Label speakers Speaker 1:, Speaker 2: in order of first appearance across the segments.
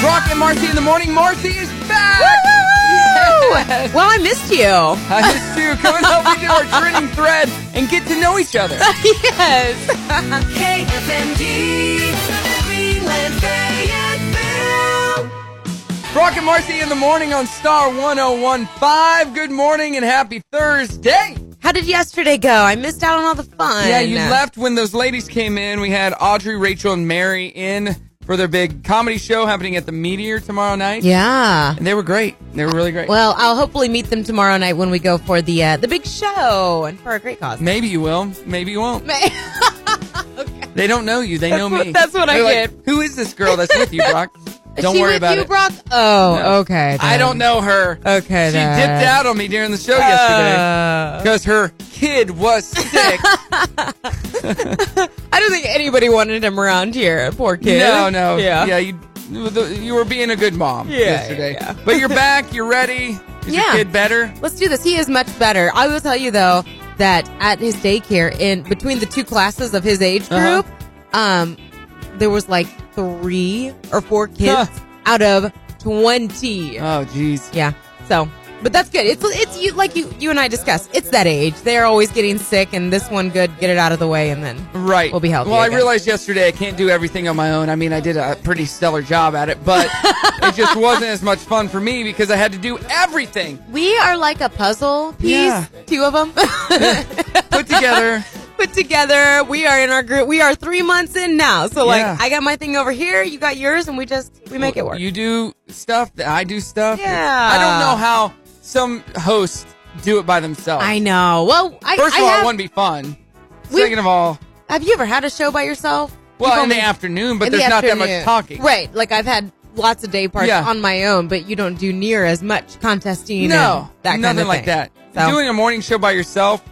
Speaker 1: Brock and Marcy in the morning. Marcy is back. Yes.
Speaker 2: Well, I missed you.
Speaker 1: I missed you. Come and help me do our trending thread and get to know each other.
Speaker 2: yes.
Speaker 3: KFMD, Greenland Fayetteville.
Speaker 1: Brock and Marcy in the morning on Star 1015. Good morning and happy Thursday.
Speaker 2: How did yesterday go? I missed out on all the fun.
Speaker 1: Yeah, you left when those ladies came in. We had Audrey, Rachel, and Mary in for their big comedy show happening at the Meteor tomorrow night.
Speaker 2: Yeah.
Speaker 1: And they were great. They were really great.
Speaker 2: Well, I'll hopefully meet them tomorrow night when we go for the uh, the big show and for a great cause.
Speaker 1: Maybe you will. Maybe you won't. They don't know you. They know me.
Speaker 2: what- that's what I
Speaker 1: They're like,
Speaker 2: get.
Speaker 1: Who is this girl that's with you, Brock?
Speaker 2: Is
Speaker 1: Don't
Speaker 2: she
Speaker 1: worry
Speaker 2: with
Speaker 1: about
Speaker 2: you,
Speaker 1: it.
Speaker 2: Brock? Oh, okay.
Speaker 1: I
Speaker 2: then.
Speaker 1: don't know her.
Speaker 2: Okay,
Speaker 1: She
Speaker 2: then.
Speaker 1: dipped out on me during the show yesterday
Speaker 2: Uh,
Speaker 1: because her kid was sick.
Speaker 2: I don't think anybody wanted him around here. Poor kid.
Speaker 1: no, no.
Speaker 2: Yeah.
Speaker 1: Yeah, you, you were being a good mom
Speaker 2: Yeah,
Speaker 1: yesterday.
Speaker 2: yeah, yeah.
Speaker 1: But you're back. You're ready. Is
Speaker 2: Yeah.
Speaker 1: your kid better?
Speaker 2: Let's do this. He is much better. I will tell you though that at his daycare, in between the two classes of his age
Speaker 1: Uh-huh.
Speaker 2: group, um, there was like three or four kids
Speaker 1: Huh.
Speaker 2: out of twenty.
Speaker 1: Oh, jeez.
Speaker 2: yeah. So, but that's good. It's it's you like you you and I discussed. It's that age. They're always getting sick, and this one good. Get it out of the way, and then
Speaker 1: Right.
Speaker 2: We'll be healthy
Speaker 1: Well, I
Speaker 2: again.
Speaker 1: realized yesterday I can't do everything on my own. I mean, I did a pretty stellar job at it, but it just wasn't as much fun for me because I had to do everything
Speaker 2: we are like a puzzle piece.
Speaker 1: Yeah.
Speaker 2: Two of them.
Speaker 1: put together.
Speaker 2: put together. We are in our group. We are three months in now. So like,
Speaker 1: Yeah.
Speaker 2: I got my thing over here. You got yours, and we just we make it work.
Speaker 1: You do stuff. I do stuff.
Speaker 2: Yeah.
Speaker 1: I don't know how some hosts do it by themselves.
Speaker 2: I know. Well, I,
Speaker 1: First
Speaker 2: I
Speaker 1: of all,
Speaker 2: have,
Speaker 1: it wouldn't be fun.
Speaker 2: We-
Speaker 1: Second of all,
Speaker 2: have you ever had a show by yourself? You've
Speaker 1: well, in
Speaker 2: only-
Speaker 1: the afternoon, but
Speaker 2: in the
Speaker 1: there's not that much
Speaker 2: afternoon.
Speaker 1: talking.
Speaker 2: Right. Like I've had lots of day parts
Speaker 1: Yeah.
Speaker 2: on my own, but you don't do near as much contesting.
Speaker 1: No,
Speaker 2: and that
Speaker 1: nothing
Speaker 2: kind of
Speaker 1: like
Speaker 2: thing.
Speaker 1: that.
Speaker 2: So-
Speaker 1: Doing a morning show by yourself,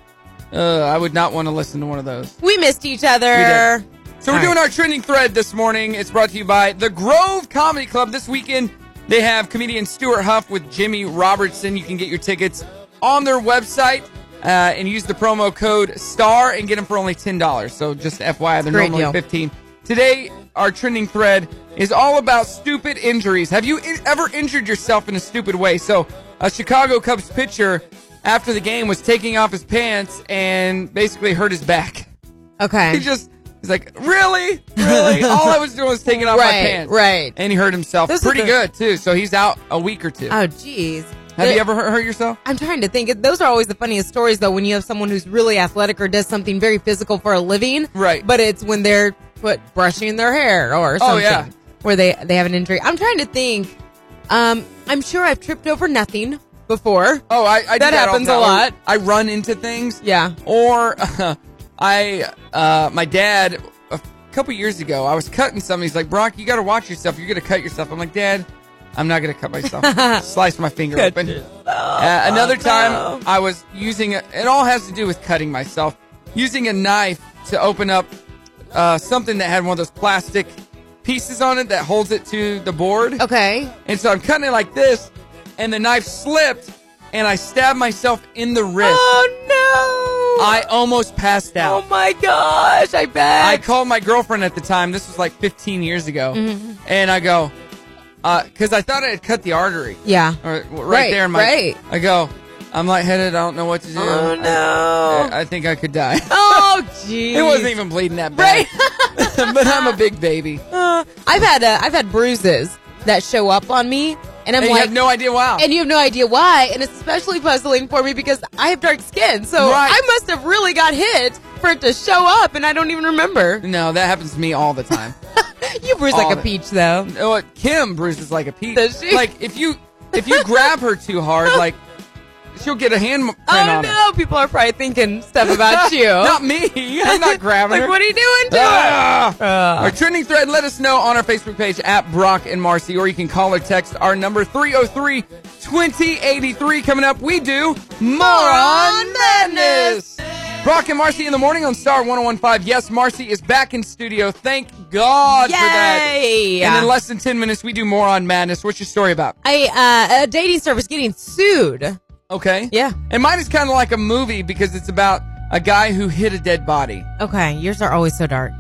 Speaker 1: uh, I would not want to listen to one of those.
Speaker 2: We missed each other.
Speaker 1: So we're
Speaker 2: All
Speaker 1: doing
Speaker 2: right.
Speaker 1: our trending thread this morning. It's brought to you by the Grove Comedy Club. This weekend they have comedian Stuart Huff with Jimmy Robertson. You can get your tickets on their website uh, and use the promo code STAR and get them for only ten dollars. So just FYI, they're
Speaker 2: Great
Speaker 1: normally
Speaker 2: deal.
Speaker 1: fifteen. Today our trending thread is all about stupid injuries. Have you in- ever injured yourself in a stupid way? So a Chicago Cubs pitcher after the game was taking off his pants and basically hurt his back.
Speaker 2: Okay.
Speaker 1: He just he's like, really, really. All I was doing was taking off my
Speaker 2: Right,
Speaker 1: pants,
Speaker 2: right.
Speaker 1: And he hurt himself
Speaker 2: Those are
Speaker 1: pretty
Speaker 2: the-
Speaker 1: good too. So he's out a week or two.
Speaker 2: oh, jeez.
Speaker 1: Have
Speaker 2: The-
Speaker 1: you ever hurt, hurt yourself?
Speaker 2: I'm trying to think. Those are always the funniest stories, though, when you have someone who's really athletic or does something very physical for a living.
Speaker 1: Right.
Speaker 2: But it's when they're what, brushing their hair or
Speaker 1: Oh,
Speaker 2: something
Speaker 1: yeah.
Speaker 2: where they, they have an injury. I'm trying to think. Um, I'm sure I've tripped over nothing before.
Speaker 1: Oh, I, I do
Speaker 2: That
Speaker 1: all
Speaker 2: happens
Speaker 1: the
Speaker 2: a
Speaker 1: time.
Speaker 2: lot.
Speaker 1: I run into things.
Speaker 2: Yeah.
Speaker 1: Or I, uh, my dad, a couple years ago, I was cutting something. He's like, Brock, you got to watch yourself. You're gonna cut yourself. I'm like, Dad, I'm not gonna cut myself. Slice my finger
Speaker 2: Cut Oh,
Speaker 1: open. Uh, another time,
Speaker 2: no.
Speaker 1: I was using a, it. All has to do with cutting myself. Using a knife to open up uh, something that had one of those plastic pieces on it that holds it to the board.
Speaker 2: Okay.
Speaker 1: And so I'm cutting it like this, and the knife slipped, and I stabbed myself in the wrist.
Speaker 2: Oh no.
Speaker 1: I almost passed out.
Speaker 2: Oh my gosh. I bet.
Speaker 1: I called my girlfriend at the time. This was like 15 years ago,
Speaker 2: Mm-hmm.
Speaker 1: and I go, because I thought I had cut the artery
Speaker 2: yeah.
Speaker 1: or, right,
Speaker 2: Right,
Speaker 1: there. In my,
Speaker 2: right.
Speaker 1: I go, I'm lightheaded. I don't know what to do.
Speaker 2: Oh no.
Speaker 1: I, I think I could die.
Speaker 2: Oh jeez.
Speaker 1: it wasn't even bleeding that bad,
Speaker 2: Right.
Speaker 1: but I'm a big baby.
Speaker 2: Uh, I've had uh, I've had bruises that show up on me, and I'm
Speaker 1: And you
Speaker 2: like,
Speaker 1: have no idea why.
Speaker 2: and you have no idea why, and it's especially puzzling for me because I have dark skin, so
Speaker 1: Right.
Speaker 2: I must have really got hit for it to show up, and I don't even remember.
Speaker 1: no, that happens to me all the time.
Speaker 2: You bruise
Speaker 1: All
Speaker 2: like
Speaker 1: of
Speaker 2: a
Speaker 1: it.
Speaker 2: peach, though.
Speaker 1: Oh, uh, Kim bruises like a peach.
Speaker 2: Does she?
Speaker 1: Like if you if you grab her too hard, like she'll get a hand m- print
Speaker 2: oh
Speaker 1: on her.
Speaker 2: no, people are probably thinking stuff about you.
Speaker 1: Not me. I'm not grabbing
Speaker 2: like,
Speaker 1: her.
Speaker 2: what are you doing to it?
Speaker 1: Ah!
Speaker 2: Uh,
Speaker 1: Our trending thread, let us know on our Facebook page at Brock and Marcy, or you can call or text our number 303 2083. Coming up, we do Moron Madness. Brock and Marcy in the morning on Star 1015. Yes, Marcy is back in studio. Thank God for that.
Speaker 2: Yay!
Speaker 1: And in less than 10 minutes, we do Moron Madness. What's your story about?
Speaker 2: I uh, a dating service getting sued.
Speaker 1: Okay.
Speaker 2: Yeah.
Speaker 1: And mine is kind of like a movie because it's about a guy who hit a dead body.
Speaker 2: Okay, yours are always so dark.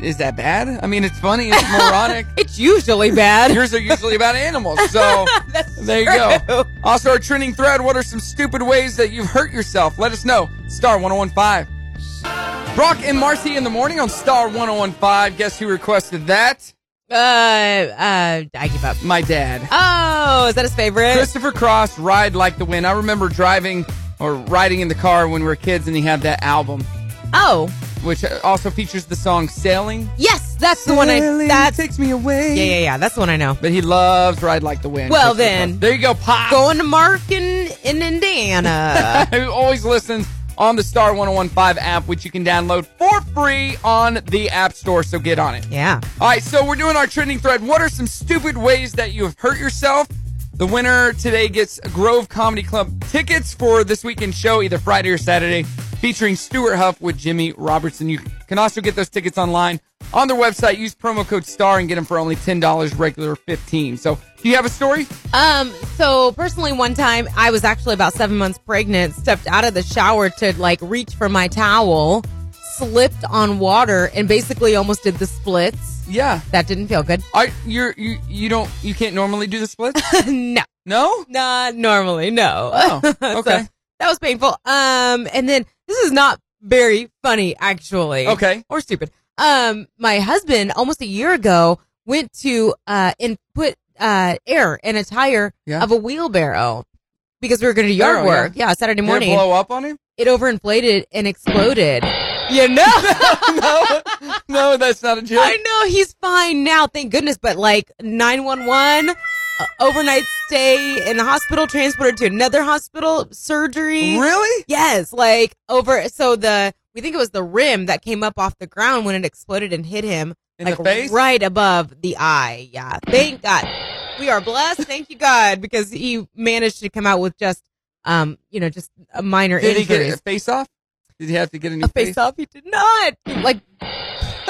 Speaker 1: is that bad? I mean, it's funny. It's moronic.
Speaker 2: It's usually bad.
Speaker 1: Yours are usually about animals. So
Speaker 2: That's
Speaker 1: there you go.
Speaker 2: true.
Speaker 1: Also, our trending thread what are some stupid ways that you've hurt yourself? Let us know. Star 1015. Brock and Marcy in the morning on Star 1015. Guess who requested that?
Speaker 2: Uh, uh, I give up.
Speaker 1: My dad.
Speaker 2: Oh, is that his favorite?
Speaker 1: Christopher Cross, Ride Like the Wind. I remember driving or riding in the car when we were kids and he had that album,
Speaker 2: oh,
Speaker 1: which also features the song Sailing.
Speaker 2: yes, that's the one I.
Speaker 1: Sailing
Speaker 2: That's
Speaker 1: takes me away.
Speaker 2: yeah, yeah, yeah. That's the one I know.
Speaker 1: But he loves Ride Like the Wind.
Speaker 2: Well,
Speaker 1: Christopher
Speaker 2: then.
Speaker 1: Cross. There you go, Pop.
Speaker 2: Going to Mark in, in Indiana.
Speaker 1: who always listens on the Star 1015 app, which you can download for free on the App Store. So get on it.
Speaker 2: yeah.
Speaker 1: All right, so we're doing our trending thread. What are some stupid ways that you have hurt yourself? The winner today gets Grove Comedy Club tickets for this weekend show, either Friday or Saturday, featuring Stuart Huff with Jimmy Robertson. You can also get those tickets online on their website. Use promo code STAR and get them for only $10, regular 15 So, do you have a story?
Speaker 2: Um, so personally, one time I was actually about seven months pregnant, stepped out of the shower to like reach for my towel, slipped on water, and basically almost did the splits.
Speaker 1: Yeah.
Speaker 2: That didn't feel good.
Speaker 1: Are, you're, you, you don't, you can't normally do the splits?
Speaker 2: no,
Speaker 1: No?
Speaker 2: not normally. No.
Speaker 1: Oh,
Speaker 2: So
Speaker 1: okay.
Speaker 2: that was painful. Um, and then this is not very funny, actually.
Speaker 1: Okay.
Speaker 2: Or stupid. Um, my husband almost a year ago went to uh and put uh air in a tire
Speaker 1: Yeah.
Speaker 2: of a wheelbarrow because we were going to do
Speaker 1: Barrow,
Speaker 2: yard
Speaker 1: yeah.
Speaker 2: work. Yeah, Saturday
Speaker 1: Did it
Speaker 2: morning.
Speaker 1: blow up on him?
Speaker 2: It overinflated and exploded. You know.
Speaker 1: no, no, that's not a joke.
Speaker 2: I know he's fine now, thank goodness. But like 911, uh, overnight stay in the hospital, transported to another hospital, surgery.
Speaker 1: Really?
Speaker 2: Yes, like over. So the we think it was the rim that came up off the ground when it exploded and hit him,
Speaker 1: In
Speaker 2: like
Speaker 1: the face?
Speaker 2: right above the eye. Yeah, thank God. We are blessed. Thank you, God, because he managed to come out with just, um, you know, just a minor
Speaker 1: Did he
Speaker 2: injuries.
Speaker 1: get a face off? Did he have to get a new
Speaker 2: a face off? He did not. Like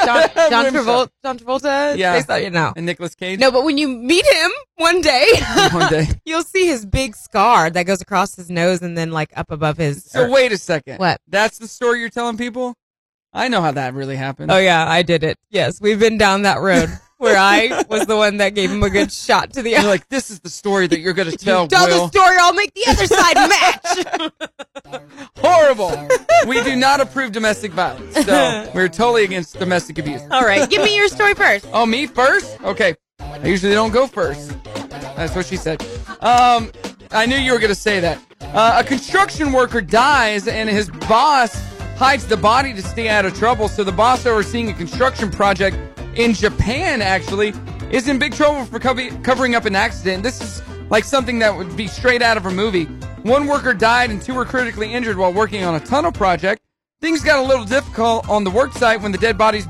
Speaker 2: John, John
Speaker 1: Rim
Speaker 2: Travolta. John Travolta.
Speaker 1: Yeah.
Speaker 2: Face off. You know.
Speaker 1: And Nicolas Cage?
Speaker 2: No, but when you meet him one day,
Speaker 1: One day.
Speaker 2: you'll see his big scar that goes across his nose and then like up above his.
Speaker 1: So wait a second.
Speaker 2: What?
Speaker 1: That's the story you're telling people? I know how that really happened.
Speaker 2: Oh yeah, I did it. Yes, we've been down that road where I was the one that gave him a good shot to the
Speaker 1: You're
Speaker 2: eye.
Speaker 1: like, this is the story that you're going to tell,
Speaker 2: Tell
Speaker 1: Will.
Speaker 2: the story, I'll make the other side match.
Speaker 1: Horrible. we do not approve domestic violence. So we're totally against domestic abuse.
Speaker 2: All right, give me your story first.
Speaker 1: Oh, me first? Okay. I usually don't go first. That's what she said. Um, I knew you were going to say that. Uh, a construction worker dies, and his boss hides the body to stay out of trouble. So the boss overseeing a construction project in Japan actually is in big trouble for cov- covering up an accident. This is like something that would be straight out of a movie. One worker died, and two were critically injured while working on a tunnel project. Things got a little difficult on the worksite when the dead bodies,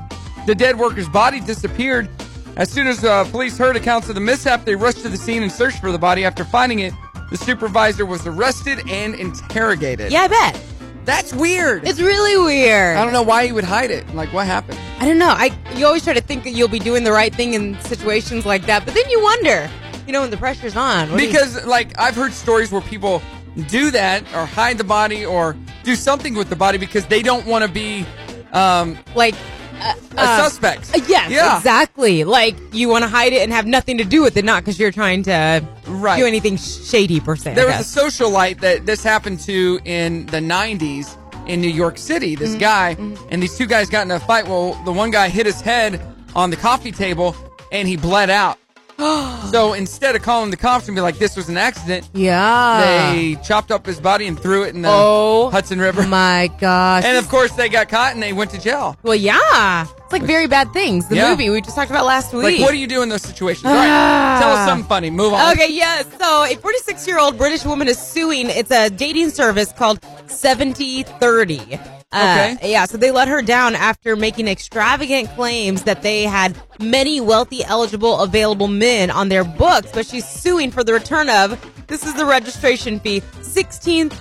Speaker 1: the dead worker's body disappeared. As soon as uh, police heard accounts of the mishap, they rushed to the scene and searched for the body. After finding it, the supervisor was arrested and interrogated.
Speaker 2: Yeah, I bet
Speaker 1: that's weird.
Speaker 2: it's really weird.
Speaker 1: I don't know why he would hide it. Like, what happened?
Speaker 2: I don't know. I you always try to think that you'll be doing the right thing in situations like that, but then you wonder, you know, when the pressure's on. what do you-
Speaker 1: Because, like, I've heard stories where people do that or hide the body or do something with the body because they don't want to be um,
Speaker 2: like uh,
Speaker 1: a
Speaker 2: uh,
Speaker 1: suspect.
Speaker 2: Uh, Yes,
Speaker 1: Yeah.
Speaker 2: exactly. Like you want to hide it and have nothing to do with it, not because you're trying to
Speaker 1: Right.
Speaker 2: do anything shady per se. I
Speaker 1: There
Speaker 2: guess.
Speaker 1: was a socialite that this happened to in the 90s in New York City. This
Speaker 2: Mm-hmm.
Speaker 1: guy and these two guys got in a fight. Well, the one guy hit his head on the coffee table and he bled out. so instead of calling the cops and be like, this was an accident,
Speaker 2: yeah.
Speaker 1: they chopped up his body and threw it in the
Speaker 2: Ah. Oh.
Speaker 1: Hudson River.
Speaker 2: My gosh.
Speaker 1: And of course, they got caught and they went to jail.
Speaker 2: well, yeah. It's like very bad things. The
Speaker 1: Yeah.
Speaker 2: movie we just talked about last week.
Speaker 1: Like, what do you do in those situations? All right, tell us something funny. Move on.
Speaker 2: Ah. Okay, yes. So a 46 year old British woman is suing. It's a dating service called 7030. Uh,
Speaker 1: Okay.
Speaker 2: Yeah, so they let her down after making extravagant claims that they had many wealthy, eligible, available men on their books, but she's suing for the return of, this is the registration fee,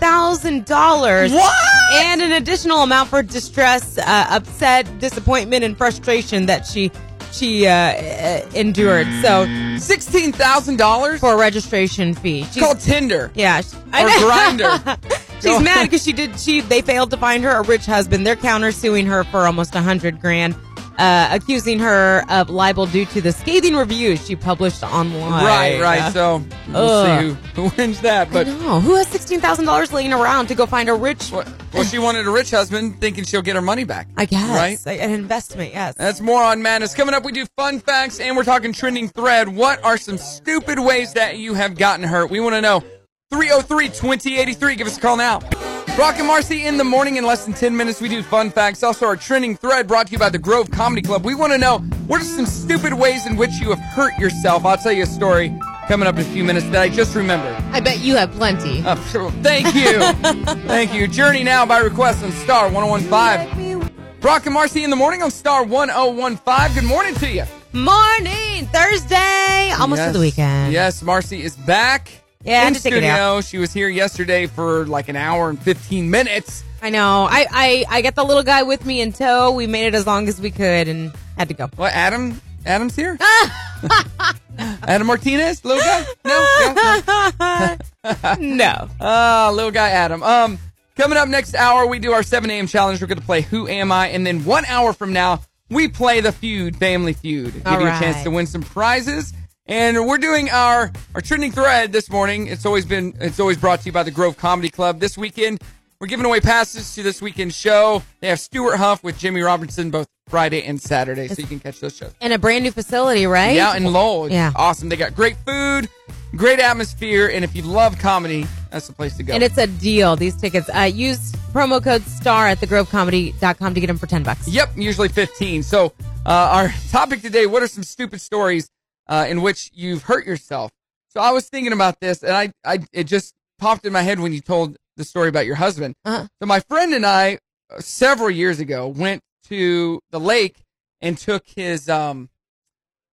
Speaker 2: $16,000.
Speaker 1: What?
Speaker 2: And an additional amount for distress, uh, upset, disappointment, and frustration that she she uh, uh, endured. So
Speaker 1: $16,000
Speaker 2: for a registration fee. She's,
Speaker 1: called Tinder
Speaker 2: yeah, she- I
Speaker 1: or
Speaker 2: know.
Speaker 1: Grinder.
Speaker 2: She's mad because she did. She they failed to find her a rich husband. They're countersuing her for almost a hundred grand. uh, accusing her of libel due to the scathing reviews she published online.
Speaker 1: Right, right. So we'll
Speaker 2: Ugh.
Speaker 1: see who, who wins that. But
Speaker 2: no, who has sixteen thousand dollars laying around to go find a rich?
Speaker 1: well, well, she wanted a rich husband, thinking she'll get her money back.
Speaker 2: I guess
Speaker 1: Right.
Speaker 2: like, an investment. Yes.
Speaker 1: That's more on madness. Coming up, we do fun facts and we're talking trending thread. What are some stupid ways that you have gotten hurt? We want to know. 303 2083. Give us a call now. Brock and Marcy in the morning in less than 10 minutes. We do fun facts. Also, our trending thread brought to you by the Grove Comedy Club. We want to know what are some stupid ways in which you have hurt yourself? I'll tell you a story coming up in a few minutes that I just remembered.
Speaker 2: I bet you have plenty.
Speaker 1: Uh, phew, thank you. thank you. Journey now by request on Star 1015. Brock and Marcy in the morning on Star 1015. Good morning to you.
Speaker 2: Morning, Thursday, almost to
Speaker 1: Yes.
Speaker 2: the weekend.
Speaker 1: Yes, Marcy is back.
Speaker 2: Yeah, I
Speaker 1: in
Speaker 2: had to take a nap.
Speaker 1: studio. She was here yesterday for like an hour and 15 minutes.
Speaker 2: I know. I, I I got the little guy with me in tow. We made it as long as we could and had to go.
Speaker 1: Well, Adam, Adam's here. Adam Martinez, little guy. No, no, no.
Speaker 2: no.
Speaker 1: Ah, little guy Adam. Um, coming up next hour, we do our 7 a.m. challenge. We're going to play Who Am I? And then one hour from now, we play the feud, Family Feud. Give
Speaker 2: All
Speaker 1: you a
Speaker 2: right.
Speaker 1: chance to win some prizes. And we're doing our our trending thread this morning. It's always been it's always brought to you by the Grove Comedy Club. This weekend, we're giving away passes to this weekend's show. They have Stuart Huff with Jimmy Robertson both Friday and Saturday, so you can catch those shows.
Speaker 2: In a brand new facility, right?
Speaker 1: Yeah, in Lowell. It's
Speaker 2: Yeah.
Speaker 1: Awesome. They got great food, great atmosphere, and if you love comedy, that's the place to go.
Speaker 2: And it's a deal, these tickets. Uh, use promo code STAR at thegrovecomedy.com to get them for 10 bucks.
Speaker 1: Yep, usually 15. So, uh, our topic today what are some stupid stories uh, in which you've hurt yourself? So, I was thinking about this and I, I it just popped in my head when you told the story about your husband.
Speaker 2: Uh-huh.
Speaker 1: So, my friend and I, uh, several years ago, went to the lake and took his um,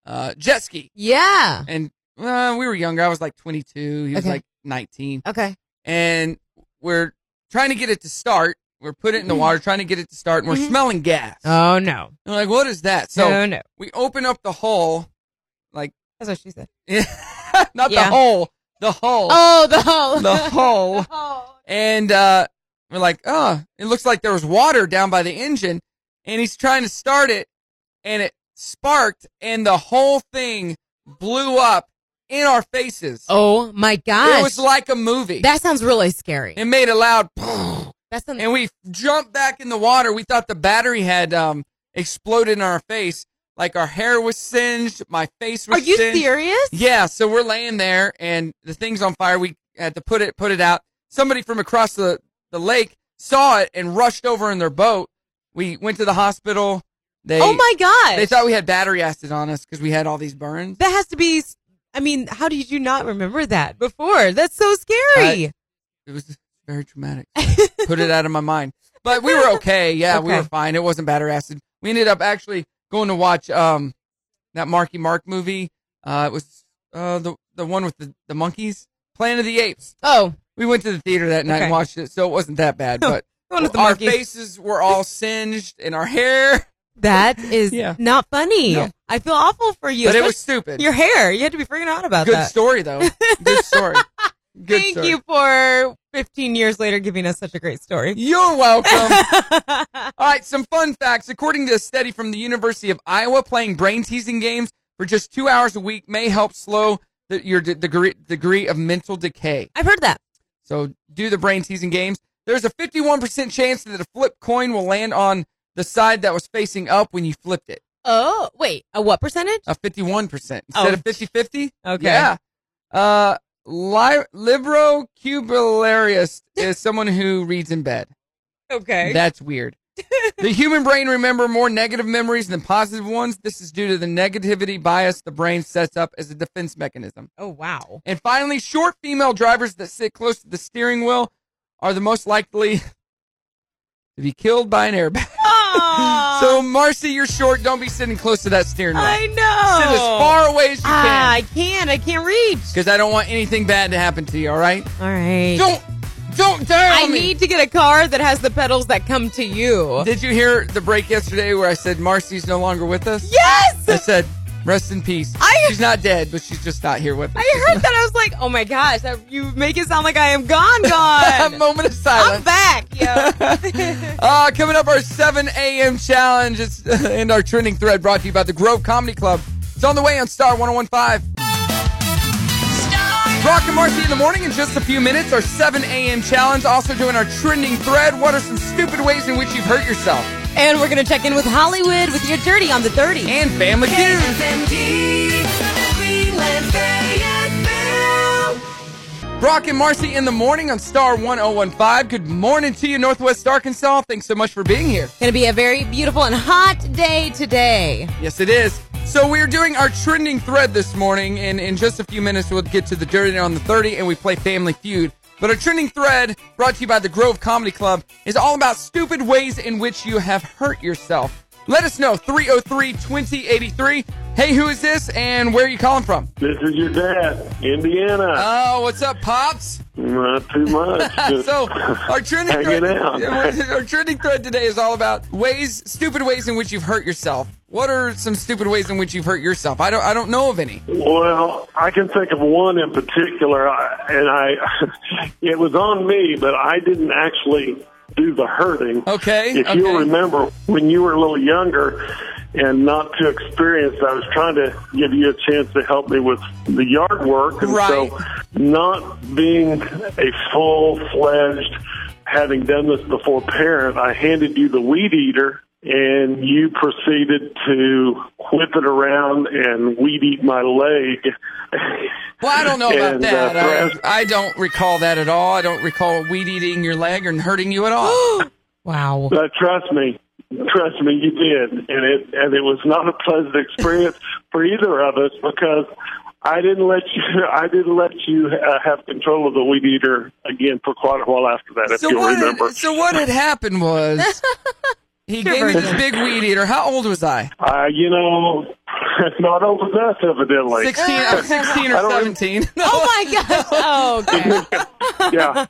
Speaker 1: uh, jet ski.
Speaker 2: Yeah.
Speaker 1: And uh, we were younger. I was like 22, he was
Speaker 2: Okay.
Speaker 1: like 19
Speaker 2: Okay.
Speaker 1: and we're trying to get it to start. We're putting it
Speaker 2: Mm-hmm.
Speaker 1: in the water, trying to get it to start, and we're
Speaker 2: Mhm.
Speaker 1: smelling gas.
Speaker 2: Oh, no.
Speaker 1: And we're like, what is that? So
Speaker 2: no, no.
Speaker 1: we open up the hole, like
Speaker 2: That's what she said.
Speaker 1: not the
Speaker 2: Yeah.
Speaker 1: hole, the hole,
Speaker 2: Oh, the whole.
Speaker 1: the hole, and uh, we're like, oh, it looks like there was water down by the engine, and he's trying to start it, and it sparked, and the whole thing blew up in our faces.
Speaker 2: Oh, my gosh.
Speaker 1: it was like a movie.
Speaker 2: that sounds really scary.
Speaker 1: it made a loud.
Speaker 2: That's sounds
Speaker 1: and we jumped back in the water. We thought the battery had um, exploded in our face. Like our hair was singed, my face was.
Speaker 2: Are you
Speaker 1: singed.
Speaker 2: serious?
Speaker 1: Yeah. So we're laying there, and the thing's on fire. We had to put it put it out. Somebody from across the the lake saw it and rushed over in their boat. We went to the hospital. They
Speaker 2: oh, my gosh.
Speaker 1: they thought we had battery acid on us because we had all these burns.
Speaker 2: that has to be. I mean, how did you not remember that before? That's so scary.
Speaker 1: It was very traumatic. put it out of my mind. But we were okay. Yeah, we
Speaker 2: Okay.
Speaker 1: were fine. It wasn't batter acid. We ended up actually going to watch um that Marky Mark movie. Uh, it was uh the the one with the, the monkeys, Planet of the Apes.
Speaker 2: oh,
Speaker 1: We went to the theater that night and
Speaker 2: Okay.
Speaker 1: watched it, so it wasn't that bad. But
Speaker 2: one with the
Speaker 1: our
Speaker 2: monkeys.
Speaker 1: faces were all singed and our hair,
Speaker 2: That is
Speaker 1: Yeah.
Speaker 2: not funny.
Speaker 1: No.
Speaker 2: I feel awful for you.
Speaker 1: but it was
Speaker 2: Especially
Speaker 1: stupid.
Speaker 2: your hair. You had to be freaking out about
Speaker 1: Good
Speaker 2: that.
Speaker 1: story though. Good story. Good
Speaker 2: Thank
Speaker 1: story.
Speaker 2: you for 15 years later giving us such a great story.
Speaker 1: You're welcome. All right, some fun facts. According to a study from the University of Iowa, playing brain teasing games for just two hours a week may help slow the, your de- degree, degree of mental decay.
Speaker 2: I've heard that.
Speaker 1: So do the brain teasing games. There's a 51% chance that a flip coin will land on the side that was facing up when you flipped it.
Speaker 2: Oh, wait. A what percentage?
Speaker 1: A 51% instead
Speaker 2: Oh.
Speaker 1: of 50 50.
Speaker 2: Okay.
Speaker 1: Yeah. Uh, li- librocubularius is someone who reads in bed.
Speaker 2: Okay.
Speaker 1: That's weird. the human brain remember more negative memories than positive ones. This is due to the negativity bias the brain sets up as a defense mechanism.
Speaker 2: oh, wow.
Speaker 1: And finally, short female drivers that sit close to the steering wheel are the most likely to be killed by an airbag.
Speaker 2: Oh,
Speaker 1: so, Marcy, you're short. Don't be sitting close to that steering wheel.
Speaker 2: I know.
Speaker 1: Sit as far away as you
Speaker 2: ah,
Speaker 1: can
Speaker 2: I can't. I can't reach.
Speaker 1: because I don't want anything bad to happen to you. All right?
Speaker 2: All right.
Speaker 1: Don't, don't dare.
Speaker 2: I
Speaker 1: on me.
Speaker 2: need to get a car that has the pedals that come to you.
Speaker 1: Did you hear the break yesterday where I said Marcy's no longer with us?
Speaker 2: yes.
Speaker 1: I said, Rest in peace.
Speaker 2: I-
Speaker 1: she's not dead, but she's just not here with us.
Speaker 2: I heard that. I was like, oh my gosh, that, you make it sound like I am gone, gone.
Speaker 1: Moment of
Speaker 2: I'm
Speaker 1: silence.
Speaker 2: back, yo.
Speaker 1: Uh, coming up, our 7 a.m. challenge it's, and our trending thread brought to you by the Grove Comedy Club. It's on the way on Star 1015. Brock and Marcy in the morning in just a few minutes. Our 7 a.m. challenge. Also doing our trending thread. What are some stupid ways in which you've hurt yourself?
Speaker 2: and we're going to check in with Hollywood with your dirty on the 30.
Speaker 1: And Family Feud. Brock and Marcy in the morning on Star 1015. Good morning to you, Northwest Arkansas. Thanks so much for being here.
Speaker 2: Going to be a very beautiful and hot day today.
Speaker 1: Yes, it is. So we're doing our trending thread this morning, and in just a few minutes we'll get to the dirty on the thirty, and we play Family Feud. But our trending thread, brought to you by the Grove Comedy Club, is all about stupid ways in which you have hurt yourself. Let us know 303-2083. Hey, who is this, and where are you calling from?
Speaker 4: This is your dad, Indiana.
Speaker 1: Oh, what's up, pops?
Speaker 4: Not too much. Just
Speaker 1: So our trending
Speaker 4: hanging
Speaker 1: thread,
Speaker 4: out.
Speaker 1: our trending thread today is all about ways, stupid ways in which you've hurt yourself. What are some stupid ways in which you've hurt yourself? I don't, I don't know of any.
Speaker 4: Well, I can think of one in particular, I- and I it was on me, but I didn't actually do the hurting.
Speaker 1: Okay,
Speaker 4: If
Speaker 1: okay.
Speaker 4: you remember when you were a little younger and not too experienced, I was trying to give you a chance to help me with the yard work, and so
Speaker 1: Right.
Speaker 4: not being a full fledged, having done this before parent, I handed you the weed eater. And you proceeded to whip it around and weed eat my leg.
Speaker 1: Well, I don't know about
Speaker 4: And, uh,
Speaker 1: that.
Speaker 4: perhaps-
Speaker 1: I, I don't recall that at all. I don't recall weed eating your leg and hurting you at all.
Speaker 2: Wow.
Speaker 4: But trust me, trust me, you did, and it and it was not a pleasant experience for either of us because I didn't let you I didn't let you uh, have control of the weed eater again for quite a while after that, if
Speaker 1: so
Speaker 4: you'll
Speaker 1: what?
Speaker 4: remember.
Speaker 1: Had, so what had happened was he gave me this big weed eater. How old was I?
Speaker 4: uh, you know, not over us evidently.
Speaker 1: Sixteen. I was sixteen or
Speaker 4: I don't rem-
Speaker 1: seventeen. No,
Speaker 2: Oh my gosh. Oh, okay.
Speaker 4: yeah,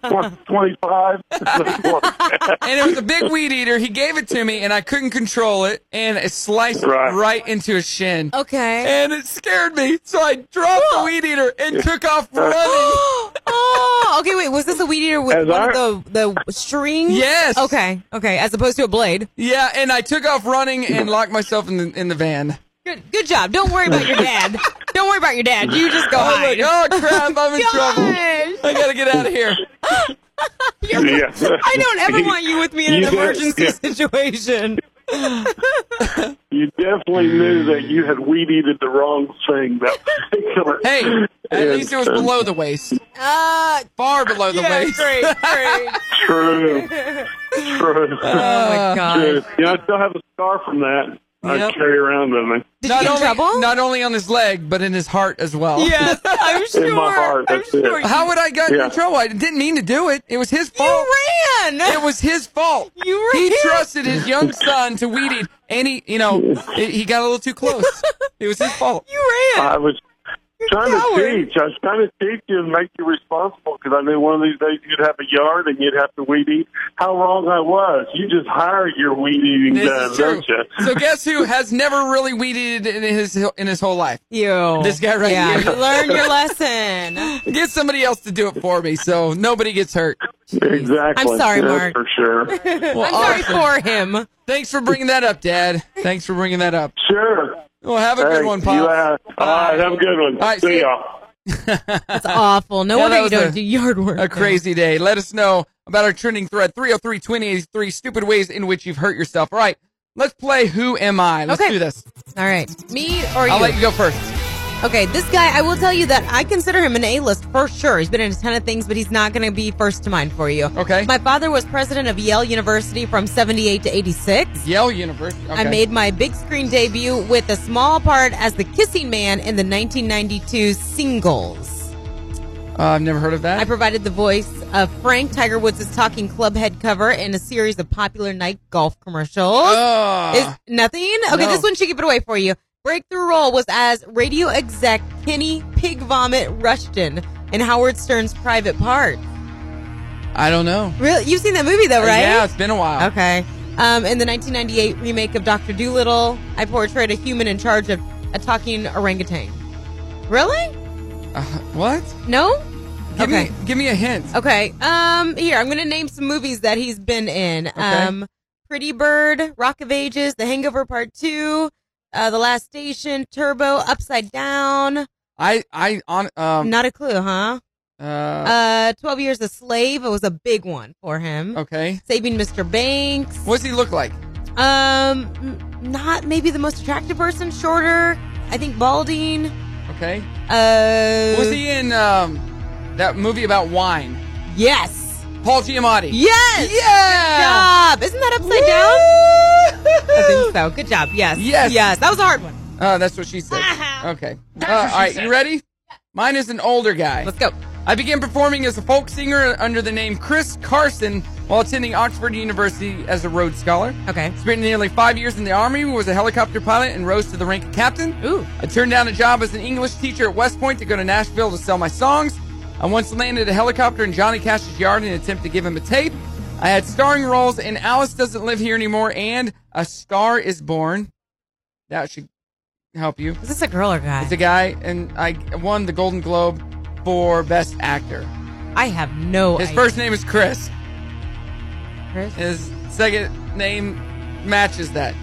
Speaker 4: twenty five.
Speaker 1: and it was a big weed eater. He gave it to me, and I couldn't control it, and it sliced
Speaker 4: Right.
Speaker 1: right into his shin.
Speaker 2: Okay.
Speaker 1: And it scared me, so I dropped the weed eater and took off running.
Speaker 2: oh, okay. Wait, was this a weed eater with
Speaker 4: As
Speaker 2: one
Speaker 4: our-
Speaker 2: of the, the strings?
Speaker 1: Yes.
Speaker 2: Okay. Okay. As opposed to a blade.
Speaker 1: Yeah, and I took off running and locked myself in the in the van.
Speaker 2: Good, good job. Don't worry about your dad. Don't worry about your dad. You just go
Speaker 1: I'm like,
Speaker 2: hide.
Speaker 1: oh crap, I'm in trouble.
Speaker 2: Gosh.
Speaker 1: I gotta get out of here.
Speaker 4: yeah.
Speaker 2: Oh, I don't ever want you with me in an
Speaker 4: You did-
Speaker 2: emergency
Speaker 4: yeah.
Speaker 2: situation.
Speaker 4: You definitely knew that you had weed eated the wrong thing that particular.
Speaker 1: Hey, at
Speaker 4: And-
Speaker 1: least it was below the waist.
Speaker 2: Uh,
Speaker 1: Far below the
Speaker 2: yeah,
Speaker 1: waist.
Speaker 2: great, great.
Speaker 4: True. True.
Speaker 1: Uh,
Speaker 2: oh my
Speaker 4: True.
Speaker 2: god.
Speaker 4: Yeah, I still have a scar from that.
Speaker 1: Yep.
Speaker 4: I carry around with me.
Speaker 2: Did you
Speaker 1: Not
Speaker 2: get in
Speaker 1: only,
Speaker 2: trouble?
Speaker 1: not only on his leg, but in his heart as well.
Speaker 2: yes, I'm sure.
Speaker 4: heart,
Speaker 2: I'm
Speaker 4: that's it.
Speaker 2: sure.
Speaker 1: How would I got
Speaker 4: Yeah.
Speaker 1: in trouble? I didn't mean to do it. It was his fault.
Speaker 2: you ran.
Speaker 1: It was his fault.
Speaker 2: You were
Speaker 1: He
Speaker 2: here.
Speaker 1: trusted his young son to weed eat, and he, you know, he he got a little too close. It was his fault.
Speaker 2: you ran.
Speaker 4: I was trying
Speaker 2: coward.
Speaker 4: to teach. I was trying to teach you and make you responsible because I knew one of these days you'd have a yard and you'd have to weed eat. How wrong I was. You just hire your weed eating
Speaker 1: This
Speaker 4: done,
Speaker 1: is true.
Speaker 4: don't you?
Speaker 1: So guess who has never really weed eated in his in his whole life?
Speaker 2: you.
Speaker 1: This guy right
Speaker 2: yeah,
Speaker 1: here.
Speaker 2: you learned your lesson.
Speaker 1: Get somebody else to do it for me, so nobody gets hurt.
Speaker 4: Exactly.
Speaker 2: I'm sorry,
Speaker 4: That's
Speaker 2: Mark.
Speaker 4: For sure.
Speaker 1: Well,
Speaker 2: I'm sorry
Speaker 1: awesome.
Speaker 2: for him.
Speaker 1: Thanks for bringing that up, Dad. Thanks for bringing that up.
Speaker 4: sure.
Speaker 1: Well, have a good
Speaker 4: Hey,
Speaker 1: one,
Speaker 4: you
Speaker 1: Pop.
Speaker 4: have- All right. Have a good one.
Speaker 1: All right, see
Speaker 4: see
Speaker 1: ya.
Speaker 4: y'all.
Speaker 2: It's awful. No
Speaker 1: Yeah, that
Speaker 2: wonder you
Speaker 1: was
Speaker 2: don't
Speaker 1: a-
Speaker 2: do yard work.
Speaker 1: A crazy day. Let us know about our trending thread 303 2083 stupid ways in which you've hurt yourself. All right, let's play Who Am I? Let's
Speaker 2: Okay.
Speaker 1: do this.
Speaker 2: All right, me or you?
Speaker 1: I'll let you go first.
Speaker 2: Okay, this guy, I will tell you that I consider him an A-list for sure. He's been in a ton of things, but he's not going to be first to mind for you.
Speaker 1: Okay.
Speaker 2: My father was president of Yale University from 78 to 86.
Speaker 1: Yale University. Okay.
Speaker 2: I made my big screen debut with a small part as the kissing man in the 1992 singles.
Speaker 1: Uh, I've never heard of that.
Speaker 2: I provided the voice of Frank Tiger Woods' talking club head cover in a series of popular night golf commercials.
Speaker 1: Oh, Ugh.
Speaker 2: Is nothing? Okay,
Speaker 1: Uh-uh. No.
Speaker 2: this one should give it away for you. Breakthrough role was as radio exec Kenny Pig Vomit Rushton in Howard Stern's Private Part.
Speaker 1: I don't know.
Speaker 2: Really, you've seen that movie though, right?
Speaker 1: Uh, Yeah, it's been a while.
Speaker 2: Okay. Um, in the 1998 remake of Doctor Doolittle, I portrayed a human in charge of a talking orangutan. Really?
Speaker 1: Uh, what?
Speaker 2: No?
Speaker 1: Give
Speaker 2: okay.
Speaker 1: me give me a hint.
Speaker 2: Okay. Um here, I'm going to name some movies that he's been in. Um Pretty Bird, Rock of Ages, The Hangover Part 2, uh The Last Station, Turbo, Upside Down.
Speaker 1: I I on um
Speaker 2: Not a clue, huh?
Speaker 1: uh,
Speaker 2: Uh 12 Years a Slave was a big one for him.
Speaker 1: okay.
Speaker 2: Saving Mr. Banks.
Speaker 1: What's he look like?
Speaker 2: Um n- not maybe the most attractive person, shorter. I think balding.
Speaker 1: Okay.
Speaker 2: Uh
Speaker 1: Was he in um that movie about wine?
Speaker 2: Yes.
Speaker 1: Paul Giamatti.
Speaker 2: Yes.
Speaker 1: Yeah.
Speaker 2: job. Isn't that upside down? I think so. Good job. Yes.
Speaker 1: Yes.
Speaker 2: Yes. That was a hard one.
Speaker 1: Uh, that's what she said. Okay. Uh, all right, you ready? Mine is an older guy.
Speaker 2: Let's go.
Speaker 1: I began performing as a folk singer under the name Chris Carson while attending Oxford University as a Rhodes Scholar.
Speaker 2: Okay.
Speaker 1: Spent nearly five years in the Army, was a helicopter pilot, and rose to the rank of captain.
Speaker 2: Ooh.
Speaker 1: I turned down a job as an English teacher at West Point to go to Nashville to sell my songs. I once landed a helicopter in Johnny Cash's yard in an attempt to give him a tape. I had starring roles in Alice Doesn't Live Here Anymore and A Star Is Born. That should help you.
Speaker 2: Is this a girl or guy?
Speaker 1: It's a guy, and I won the Golden Globe for Best Actor.
Speaker 2: I have no
Speaker 1: His
Speaker 2: idea.
Speaker 1: first name is Chris.
Speaker 2: Chris?
Speaker 1: His second name matches that.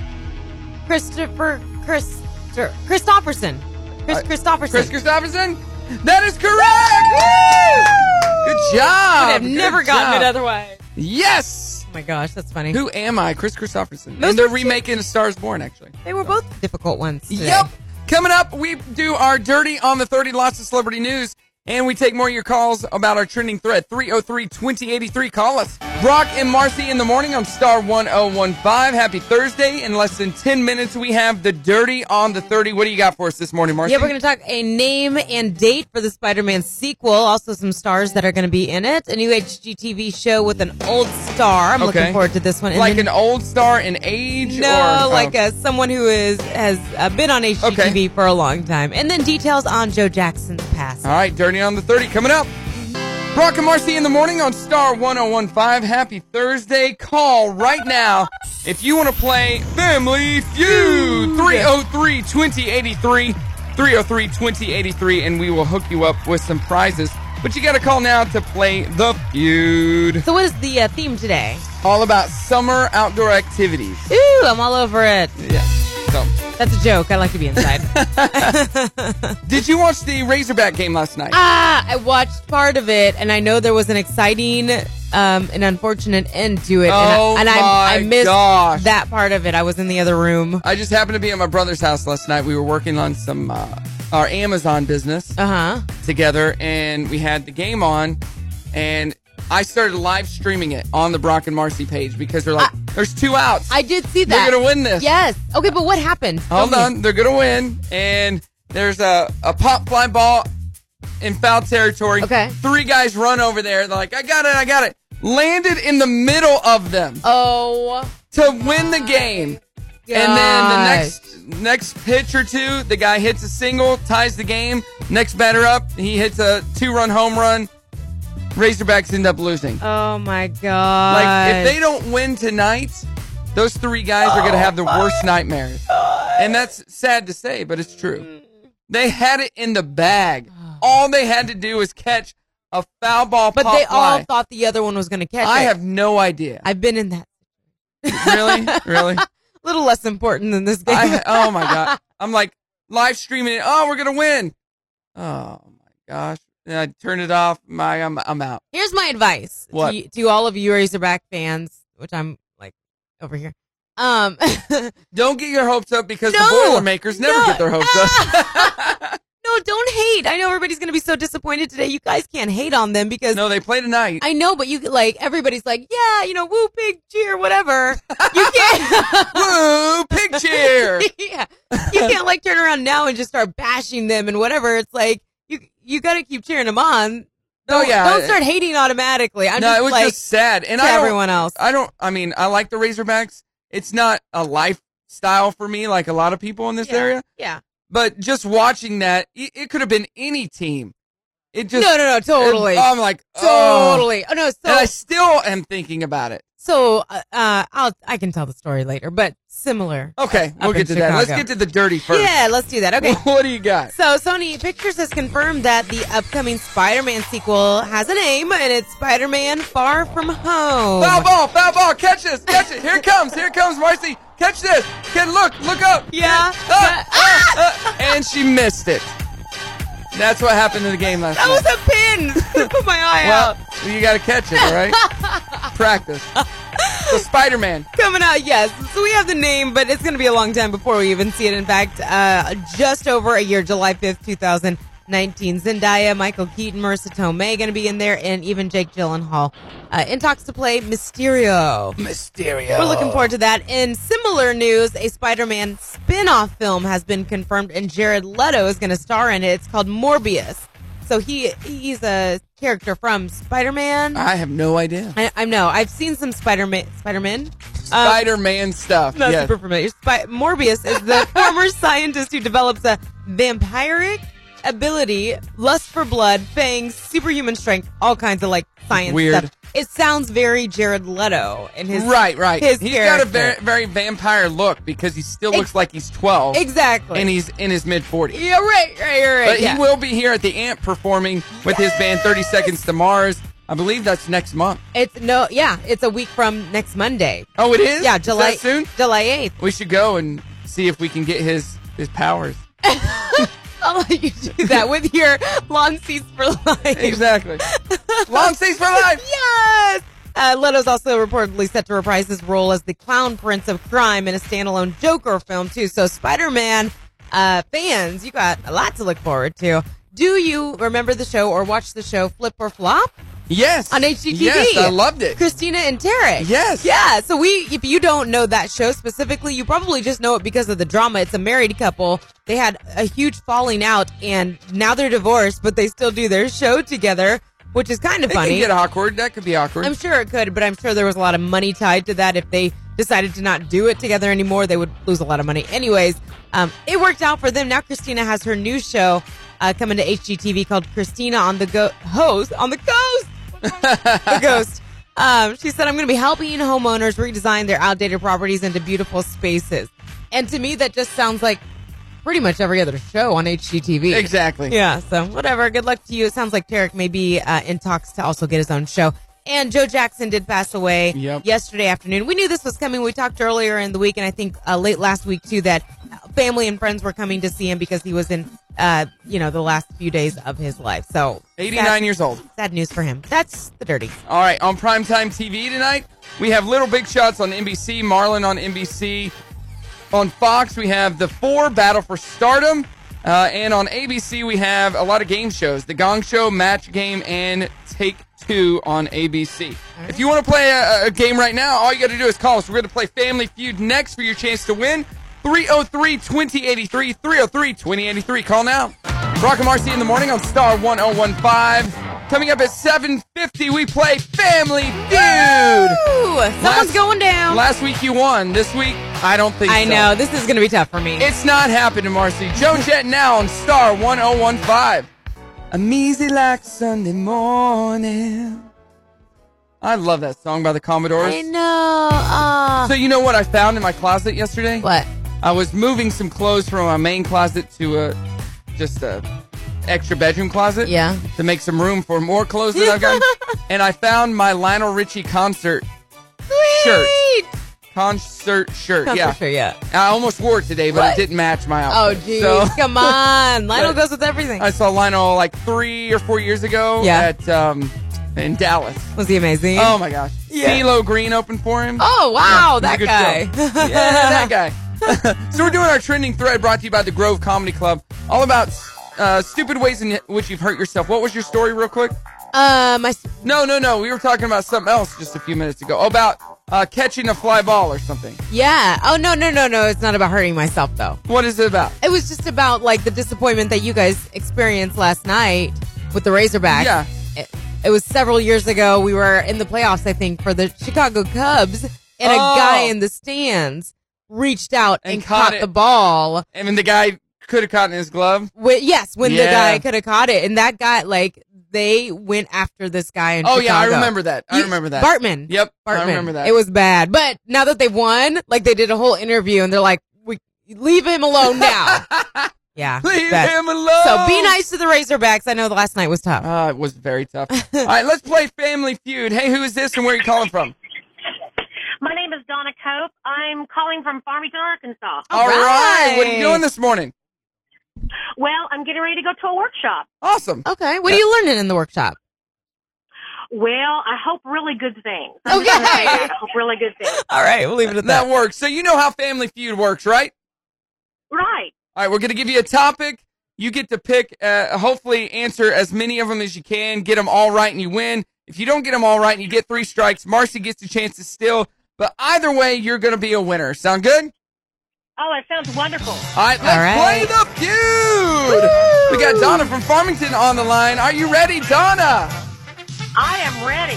Speaker 2: Christopher Christopher Christopherson. Chris
Speaker 1: Uh,
Speaker 2: Christopherson.
Speaker 1: Chris Christopherson? That is correct! Woo! Good job!
Speaker 2: I've never
Speaker 1: Good
Speaker 2: gotten
Speaker 1: job.
Speaker 2: it otherwise.
Speaker 1: Yes!
Speaker 2: Oh my gosh, that's funny.
Speaker 1: Who am I? Chris Christopherson.
Speaker 2: Those
Speaker 1: and they're
Speaker 2: were two-
Speaker 1: remaking A Stars Born, actually.
Speaker 2: They were both difficult ones. today.
Speaker 1: Yep. Coming up, we do our dirty on the 30 lots of celebrity news, and we take more of your calls about our trending thread. 303 2083. Call us. Brock and Marcy in the morning on Star 1015. Happy Thursday. In less than 10 minutes, we have the dirty on the 30. What do you got for us this morning, Marcy?
Speaker 2: Yeah, we're going to talk a name and date for the Spider Man sequel. Also, some stars that are going to be in it. A new HGTV show with an old star. I'm
Speaker 1: Okay.
Speaker 2: looking forward to this one. And
Speaker 1: like
Speaker 2: then-
Speaker 1: an old star in age?
Speaker 2: No,
Speaker 1: or,
Speaker 2: like
Speaker 1: oh.
Speaker 2: uh, someone who is has uh, been on HGTV
Speaker 1: Okay.
Speaker 2: for a long time. And then details on Joe Jackson's past.
Speaker 1: All right, Dirty on the 30 coming up. Brock and Marcy in the morning on Star 1015. Happy Thursday. Call right now if you want to play Family Feud 303 2083. 303 2083, and we will hook you up with some prizes. But you got to call now to play the feud.
Speaker 2: So what is the uh, theme today?
Speaker 1: All about summer outdoor activities.
Speaker 2: Ooh, I'm all over it.
Speaker 1: Yeah. So,
Speaker 2: That's a joke. I like to be inside.
Speaker 1: did you watch the Razorback game last night?
Speaker 2: ah, I watched part of it, and I know there was an exciting um, and unfortunate end to it.
Speaker 1: Oh
Speaker 2: and I, and I, I
Speaker 1: my
Speaker 2: missed
Speaker 1: gosh.
Speaker 2: that part of it. I was in the other room.
Speaker 1: I just happened to be at my brother's house last night. We were working on some uh, our Amazon business
Speaker 2: Uh huh.
Speaker 1: together, and we had the game on, and I started live streaming it on the Brock and Marcy page because they're like,
Speaker 2: I-
Speaker 1: "There's two outs.
Speaker 2: I did see that.
Speaker 1: They're gonna win this.
Speaker 2: Yes. Okay, but what happened?
Speaker 1: Hold
Speaker 2: Tell me.
Speaker 1: on, they're gonna win." And there's a a pop fly ball in foul territory.
Speaker 2: Okay.
Speaker 1: three guys run over there. They're like, "I got it, I got it." Landed in the middle of them
Speaker 2: Oh.
Speaker 1: to win the game. And then the next next pitch or two, the guy hits a single, ties the game. Next batter up, he hits a two run home run. Razorbacks end up losing.
Speaker 2: Oh my god.
Speaker 1: Like if they don't win tonight, those three guys are gonna have the worst nightmares. And that's sad to say, but it's true. They had it in the bag. All they had to do was catch a foul ball.
Speaker 2: But
Speaker 1: pop
Speaker 2: they all
Speaker 1: fly.
Speaker 2: thought the other one was going to catch
Speaker 1: I
Speaker 2: it.
Speaker 1: have no idea.
Speaker 2: I've been in that.
Speaker 1: really, really.
Speaker 2: A little less important than this game.
Speaker 1: I, oh my god! I'm like live streaming it. Oh, we're gonna win! Oh my gosh! And I turn it off. My, I'm, I'm out.
Speaker 2: Here's my advice
Speaker 1: What?
Speaker 2: To, you- to all of you Razorback fans, which I'm like over here. Um, no,
Speaker 1: Don't get your hopes up because
Speaker 2: No!
Speaker 1: the Boilermakers never
Speaker 2: No!
Speaker 1: get their hopes up.
Speaker 2: don't hate. I know everybody's going to be so disappointed today. You guys can't hate on them because
Speaker 1: no, they play tonight.
Speaker 2: I know, but you like everybody's like, yeah, you know, woo, pig, cheer, whatever. You can't.
Speaker 1: Woo! Pig cheer!
Speaker 2: yeah. You can't like turn around now and just start bashing them and whatever. It's like you you got to keep cheering them on.
Speaker 1: Oh,
Speaker 2: Don't-
Speaker 1: yeah.
Speaker 2: Don't start hating automatically. I'm
Speaker 1: no,
Speaker 2: just
Speaker 1: it was
Speaker 2: like
Speaker 1: just sad. And
Speaker 2: to
Speaker 1: I don't,
Speaker 2: everyone else.
Speaker 1: I don't. I mean, I like the Razorbacks. It's not a lifestyle for me, like a lot of people in this
Speaker 2: Yeah.
Speaker 1: area.
Speaker 2: Yeah.
Speaker 1: But just watching that, it, it could have been any team. It just
Speaker 2: no, no, no.
Speaker 1: it-
Speaker 2: Totally.
Speaker 1: I'm like oh.
Speaker 2: totally. Oh no. So
Speaker 1: and I still am thinking about it.
Speaker 2: So uh, uh, I'll I can tell the story later, but similar.
Speaker 1: Okay, we'll
Speaker 2: Up
Speaker 1: get to
Speaker 2: in
Speaker 1: that. Let's
Speaker 2: Chicago.
Speaker 1: get to the dirty first.
Speaker 2: Yeah, let's do that. Okay.
Speaker 1: What do you got?
Speaker 2: So Sony Pictures has confirmed that the upcoming Spider-Man sequel has a name, and it's Spider-Man: Far From Home.
Speaker 1: Foul ball, foul ball, catch this, catch it. Here it comes, here it comes, Marcy. Catch this. Kid, look, look up.
Speaker 2: Yeah,
Speaker 1: Ah,
Speaker 2: but-
Speaker 1: ah, ah. and she missed it. That's what happened in the game last
Speaker 2: that was
Speaker 1: night.
Speaker 2: a pin. Put my eye out.
Speaker 1: Well, you got to catch it, all right? Practice. So Spider Man.
Speaker 2: Coming out, yes. So we have the name, but it's going to be a long time before we even see it. In fact, uh, just over a year, July 5th, 2019. Zendaya, Michael Keaton, Marissa Tomei going to be in there, and even Jake Gyllenhaal uh, in talks to play Mysterio.
Speaker 1: Mysterio.
Speaker 2: We're looking forward to that. In similar news, a Spider-Man spin-off film has been confirmed, and Jared Leto is going to star in it. It's called Morbius. So he he's a character from Spider-Man.
Speaker 1: I have no idea.
Speaker 2: I, I know. I've seen some Spider-Man. Spider-Man. Um,
Speaker 1: Spider Man stuff.
Speaker 2: not
Speaker 1: yes.
Speaker 2: super familiar. Spy- Morbius is the former scientist who develops a vampiric ability, lust for blood, fangs, superhuman strength, all kinds of like science
Speaker 1: Weird.
Speaker 2: stuff. It sounds very Jared Leto and his
Speaker 1: right, right. He's
Speaker 2: His
Speaker 1: got a
Speaker 2: character.
Speaker 1: very, very vampire look because he still
Speaker 2: Ex-
Speaker 1: looks like he's 12
Speaker 2: exactly.
Speaker 1: and he's in his mid 40s.
Speaker 2: yeah, right, right, right.
Speaker 1: But
Speaker 2: yeah.
Speaker 1: he will be here at the Amp performing with his band 30 Seconds to Mars. I believe that's next month.
Speaker 2: It's no, yeah, it's a week from next Monday.
Speaker 1: Oh, it is?
Speaker 2: Yeah,
Speaker 1: Is
Speaker 2: July
Speaker 1: that soon?
Speaker 2: July eighth.
Speaker 1: We should go and see if we can get his his powers.
Speaker 2: I'll let you do that with your lawn seats for life.
Speaker 1: Exactly. Long seas for life.
Speaker 2: Yes! Uh, Leto's also reportedly set to reprise his role as the clown prince of crime in a standalone Joker film, too. So, Spider Man uh, fans, you got a lot to look forward to. Do you remember the show or watch the show Flip or Flop
Speaker 1: Yes.
Speaker 2: on HGTV?
Speaker 1: Yes, I loved it.
Speaker 2: Christina and Tarek.
Speaker 1: Yes.
Speaker 2: Yeah. So we, if you don't know that show specifically, you probably just know it because of the drama. It's a married couple. They had a huge falling out, and now they're divorced, but they still do their show together, which is kind of
Speaker 1: It
Speaker 2: funny.
Speaker 1: can get awkward. That could be awkward.
Speaker 2: I'm sure it could, but I'm sure there was a lot of money tied to that. If they decided to not do it together anymore, they would lose a lot of money. Anyways, um, it worked out for them. Now Christina has her new show uh, coming to HGTV called Christina on the Go Host on the Coast. the Ghost. Um, she said, "I'm going to be helping homeowners redesign their outdated properties into beautiful spaces." And to me, that just sounds like pretty much every other show on HGTV.
Speaker 1: exactly.
Speaker 2: Yeah, so whatever. Good luck to you. It sounds like Tarek may be uh, in talks to also get his own show. And Joe Jackson did pass away
Speaker 1: Yep.
Speaker 2: yesterday afternoon. We knew this was coming. We talked earlier in the week, and I think uh, late last week too, that family and friends were coming to see him because he was in, uh, you know, the last few days of his life. So
Speaker 1: 89
Speaker 2: sad-
Speaker 1: years old.
Speaker 2: Sad news for him. That's the dirty.
Speaker 1: All right, on primetime TV tonight, we have Little Big Shots on NBC, Marlin on NBC. On Fox, we have The Four, Battle for Stardom. Uh, and on ABC, we have a lot of game shows The Gong Show, Match Game, and Take Two on ABC. If you want to play a, a game right now, all you got to do is call us. We're going to play Family Feud next for your chance to win. 303 2083, 303 2083. Call now. Brock and Marcy in the morning on Star 1015. Coming up at 7.50, we play Family Feud.
Speaker 2: Ooh, someone's
Speaker 1: Last-
Speaker 2: going down.
Speaker 1: Last week you won. This week, I don't think
Speaker 2: I
Speaker 1: so.
Speaker 2: know this is going to be tough for me.
Speaker 1: It's not happening, Marcy. Joe Jet now on Star 1015. I'm easy like Sunday morning. I love that song by the Commodores.
Speaker 2: I know. Uh,
Speaker 1: So you know what I found in my closet yesterday?
Speaker 2: what?
Speaker 1: I was moving some clothes from my main closet to a just a extra bedroom closet.
Speaker 2: Yeah.
Speaker 1: To make some room for more clothes that I've got. and I found my Lionel Richie concert Shirt.
Speaker 2: Sweet.
Speaker 1: concert shirt.
Speaker 2: Not for
Speaker 1: yeah.
Speaker 2: sure, yeah.
Speaker 1: I almost wore it today, but it
Speaker 2: What?
Speaker 1: didn't match my
Speaker 2: Oh,
Speaker 1: outfit.
Speaker 2: geez.
Speaker 1: So-
Speaker 2: Come on. Lionel goes with everything.
Speaker 1: I saw Lionel like three or four years ago
Speaker 2: Yeah.
Speaker 1: at um, in Dallas.
Speaker 2: Was he amazing?
Speaker 1: Oh my gosh.
Speaker 2: Yeah.
Speaker 1: CeeLo Green opened for him.
Speaker 2: Oh, wow.
Speaker 1: Yeah,
Speaker 2: that
Speaker 1: he's a
Speaker 2: guy.
Speaker 1: good show. yeah, that guy. so we're doing our trending thread brought to you by the Grove Comedy Club, all about uh, stupid ways in which you've hurt yourself. What was your story, real quick?
Speaker 2: Um, I, s-
Speaker 1: No, no, no. We were talking about something else just a few minutes ago about uh, catching a fly ball or something.
Speaker 2: yeah. Oh, no, no, no, no. It's not about hurting myself, though.
Speaker 1: What is it about?
Speaker 2: It was just about, like, the disappointment that you guys experienced last night with the Razorbacks.
Speaker 1: Yeah.
Speaker 2: It, it was several years ago. We were in the playoffs, I think, for the Chicago Cubs, and a
Speaker 1: Oh.
Speaker 2: guy in the stands reached out
Speaker 1: And
Speaker 2: and,
Speaker 1: caught
Speaker 2: caught,
Speaker 1: it.
Speaker 2: the ball.
Speaker 1: And then the guy could have caught in his glove.
Speaker 2: Wh- yes, when the
Speaker 1: Yeah.
Speaker 2: guy could have caught it, and that guy like they went after this guy. In
Speaker 1: Oh yeah, I
Speaker 2: Chicago.
Speaker 1: remember that. I
Speaker 2: You-
Speaker 1: remember that.
Speaker 2: Bartman.
Speaker 1: Yep,
Speaker 2: Bartman.
Speaker 1: I remember that.
Speaker 2: It was bad, but now that they won, like they did a whole interview, and they're like, "We leave him alone now." yeah.
Speaker 1: Leave
Speaker 2: bad.
Speaker 1: him alone.
Speaker 2: So be nice to the Razorbacks. I know the last night was tough.
Speaker 1: Ah, it was very tough. All right, let's play Family Feud. Hey, who is this and where are you calling from?
Speaker 5: My name is Donna Cope. I'm calling from Farmington, Arkansas.
Speaker 1: All right. What are
Speaker 2: right.
Speaker 1: you doing this morning?
Speaker 5: Well, I'm getting ready to go to a workshop.
Speaker 1: Awesome.
Speaker 2: okay. What are you learning in the workshop?
Speaker 5: Well, I hope really good things. I'm
Speaker 2: Okay.
Speaker 5: just gonna say that. I hope really good things.
Speaker 2: All right, we'll leave it at
Speaker 1: That works. So you know how Family Feud works, right?
Speaker 5: Right.
Speaker 1: All right, we're going to give you a topic. You get to pick, uh, hopefully, answer as many of them as you can, get them all right, and you win. If you don't get them all right and you get three strikes, Marcy gets a chance to steal. But either way, you're going to be a winner. Sound good?
Speaker 5: Oh, it sounds wonderful.
Speaker 1: All right, let's
Speaker 2: All right.
Speaker 1: play the feud. We got Donna from Farmington on the line. Are you ready, Donna?
Speaker 5: I am ready.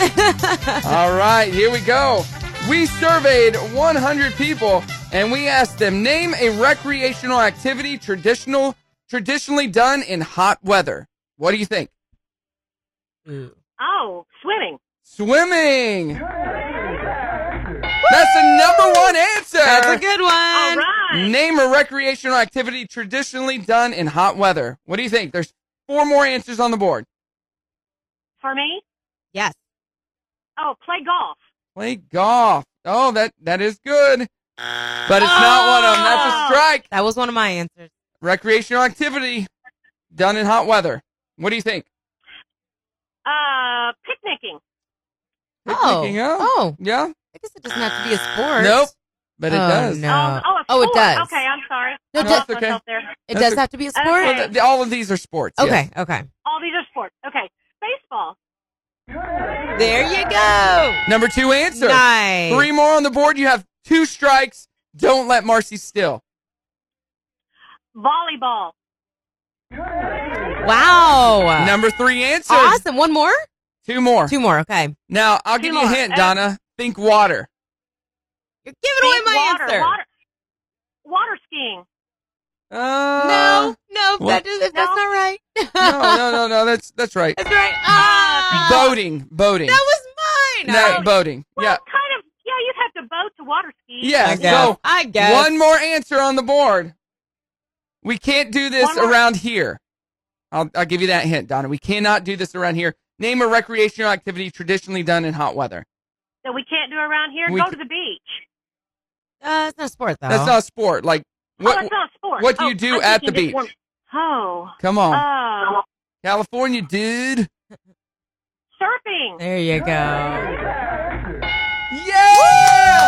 Speaker 1: All right, here we go. We surveyed 100 people and we asked them name a recreational activity traditional traditionally done in hot weather. What do you think?
Speaker 5: oh, swimming.
Speaker 1: Swimming. That's the number one answer.
Speaker 2: That's a good one.
Speaker 5: All right.
Speaker 1: Name a recreational activity traditionally done in hot weather. What do you think? There's four more answers on the board.
Speaker 5: For me?
Speaker 2: Yes.
Speaker 5: Oh, play golf.
Speaker 1: Play golf. Oh, that that is good. But it's not one of them.
Speaker 2: Ah!
Speaker 1: That's a strike.
Speaker 2: That was one of my answers.
Speaker 1: recreational activity done in hot weather. What do you think?
Speaker 5: Uh, picnicking.
Speaker 2: Oh.
Speaker 1: Picnicking, huh?
Speaker 2: Oh.
Speaker 1: Yeah?
Speaker 2: I guess it doesn't have to be a sport.
Speaker 1: Nope. But it
Speaker 2: Oh,
Speaker 1: does.
Speaker 2: No.
Speaker 5: Oh, oh, a
Speaker 2: Oh, it
Speaker 5: sport.
Speaker 2: does.
Speaker 5: Okay, I'm sorry.
Speaker 2: No,
Speaker 5: I
Speaker 1: it
Speaker 5: lost
Speaker 1: does.
Speaker 5: myself there.
Speaker 2: It
Speaker 1: That's
Speaker 2: does
Speaker 1: a-
Speaker 2: have to be a sport.
Speaker 5: Okay.
Speaker 1: Well, th- all of these are sports. yes.
Speaker 2: Okay, okay.
Speaker 5: All these are sports. Okay, baseball.
Speaker 2: There you go.
Speaker 1: Number two answer.
Speaker 2: Nice.
Speaker 1: Three more on the board. You have two strikes. Don't let Marcy steal.
Speaker 5: Volleyball.
Speaker 2: Wow.
Speaker 1: Number three answer.
Speaker 2: Ah. awesome. One more?
Speaker 1: Two more.
Speaker 2: Two more. Okay.
Speaker 1: Now, I'll
Speaker 5: Two
Speaker 1: give you a
Speaker 5: more.
Speaker 1: hint,
Speaker 5: Uh,
Speaker 1: Donna. Think water.
Speaker 2: You're giving away
Speaker 5: Big
Speaker 2: my
Speaker 5: water,
Speaker 2: answer.
Speaker 5: Water, water skiing.
Speaker 1: Uh,
Speaker 2: No, no,
Speaker 1: what?
Speaker 2: that does, if that's
Speaker 5: No.
Speaker 2: not right.
Speaker 1: No, no, no, no. That's, that's right.
Speaker 2: that's right. Ah,
Speaker 1: Boating. Boating.
Speaker 2: That was mine.
Speaker 1: No,
Speaker 2: I-
Speaker 1: boating.
Speaker 5: Well,
Speaker 1: yeah.
Speaker 5: kind of. Yeah, you'd have to boat to water ski.
Speaker 1: Yeah,
Speaker 2: I
Speaker 1: so-
Speaker 2: guess. I guess.
Speaker 1: One more answer on the board. We can't do this
Speaker 5: One more-
Speaker 1: around here. I'll, I'll give you that hint, Donna. We cannot do this around here. Name a recreational activity traditionally done in hot weather.
Speaker 5: that we can't do around here.
Speaker 1: We
Speaker 5: Go
Speaker 1: c-
Speaker 5: to the beach.
Speaker 2: Uh, it's not a sport though.
Speaker 1: That's not a sport. Like,
Speaker 5: oh,
Speaker 1: what?
Speaker 5: it's not a sport.
Speaker 1: what do you
Speaker 5: Oh,
Speaker 1: do
Speaker 5: I'm
Speaker 1: at
Speaker 5: thinking
Speaker 1: the
Speaker 5: just
Speaker 1: beach?
Speaker 5: one- Oh,
Speaker 1: Come on.
Speaker 5: uh,
Speaker 1: California, dude.
Speaker 5: surfing.
Speaker 2: There you go.
Speaker 1: Yeah!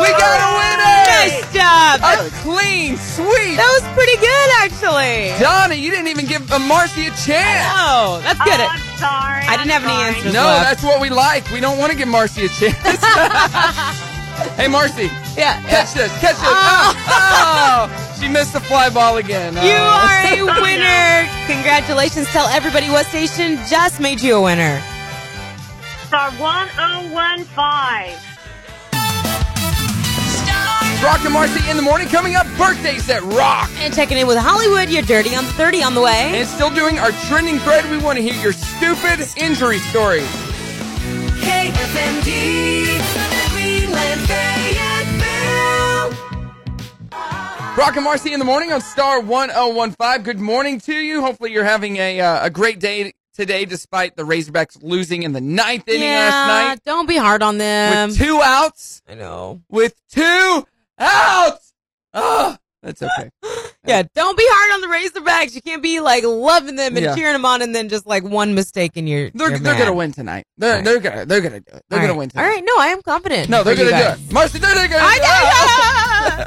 Speaker 1: We got a winner!
Speaker 2: Nice job. That,
Speaker 1: A clean sweep.
Speaker 2: that was pretty good actually.
Speaker 1: Donna, you didn't even give uh, Marcy a chance.
Speaker 2: Oh, that's good.
Speaker 5: Oh, I'm sorry.
Speaker 2: I didn't
Speaker 5: I'm
Speaker 2: have any
Speaker 5: sorry.
Speaker 2: answers.
Speaker 1: No,
Speaker 2: left.
Speaker 1: that's what we like. We don't want to give Marcy a chance. hey, Marcy.
Speaker 2: yeah.
Speaker 1: Catch this, catch this.
Speaker 2: Oh.
Speaker 1: Oh, oh. She missed the fly ball again.
Speaker 2: You
Speaker 1: Oh.
Speaker 2: are a winner. Congratulations. Tell everybody what station just made you a winner.
Speaker 5: Star 1015.
Speaker 1: Rock and Marcy in the morning coming up. Birthdays that rock.
Speaker 2: And checking in with Hollywood, you're dirty on the 30 on the way.
Speaker 1: And still doing our trending thread. We want to hear your stupid injury stories.
Speaker 3: KFMD, Freeland Fayetteville.
Speaker 1: Rock and Marcy in the morning on Star 1015. Good morning to you. Hopefully you're having a uh, a great day today despite the Razorbacks losing in the ninth inning last
Speaker 2: don't be hard on
Speaker 1: night
Speaker 2: them.
Speaker 1: with two outs.
Speaker 2: I know.
Speaker 1: With two outs. Oh, that's okay.
Speaker 2: Yeah, don't be hard on the Razorbacks. You can't be like loving them and
Speaker 1: Yeah.
Speaker 2: cheering them on, and then just like one mistake and you're
Speaker 1: They're,
Speaker 2: you're
Speaker 1: they're
Speaker 2: mad.
Speaker 1: gonna win tonight. They're,
Speaker 2: All right.
Speaker 1: they're gonna they're gonna do it. They're
Speaker 2: All
Speaker 1: gonna
Speaker 2: right.
Speaker 1: win tonight.
Speaker 2: All right, no, I am confident.
Speaker 1: No, they're
Speaker 2: for you
Speaker 1: gonna do
Speaker 2: guys.
Speaker 1: it. Marcy, they're gonna do it.
Speaker 2: I know.
Speaker 1: All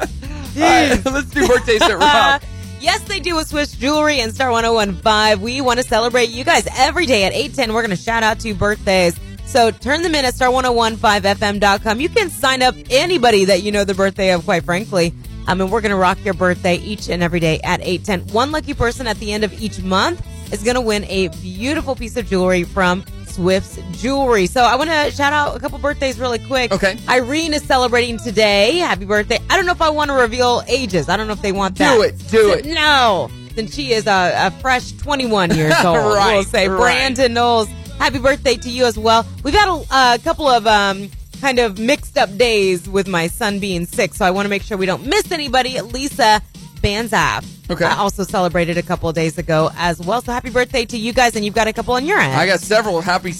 Speaker 1: right, let's do birthdays that rock.
Speaker 2: Yes, they do with Swiss Jewelry and Star 1015. We want to celebrate you guys every day at 810. We're going to shout out to birthdays. So turn them in at star1015fm.com. You can sign up anybody that you know the birthday of, quite frankly. Um, and we're going to rock your birthday each and every day at 810. One lucky person at the end of each month is going to win a beautiful piece of jewelry from Swift's Jewelry. So I want to shout out a couple birthdays really quick.
Speaker 1: Okay.
Speaker 2: Irene is celebrating today. Happy birthday. I don't know if I want to reveal ages. I don't know if they want that.
Speaker 1: Do it. Do it.
Speaker 2: No. and she is a, a fresh 21 years old. we'll
Speaker 1: Right,
Speaker 2: say
Speaker 1: right.
Speaker 2: Brandon Knowles. Happy birthday to you as well. We've had a, a couple of um, kind of mixed up days with my son being sick, so I want to make sure we don't miss anybody. Lisa Banzaf.
Speaker 1: Okay.
Speaker 2: I also celebrated a couple of days ago as well. So happy birthday to you guys, and you've got a couple on your end.
Speaker 1: I got several. Happy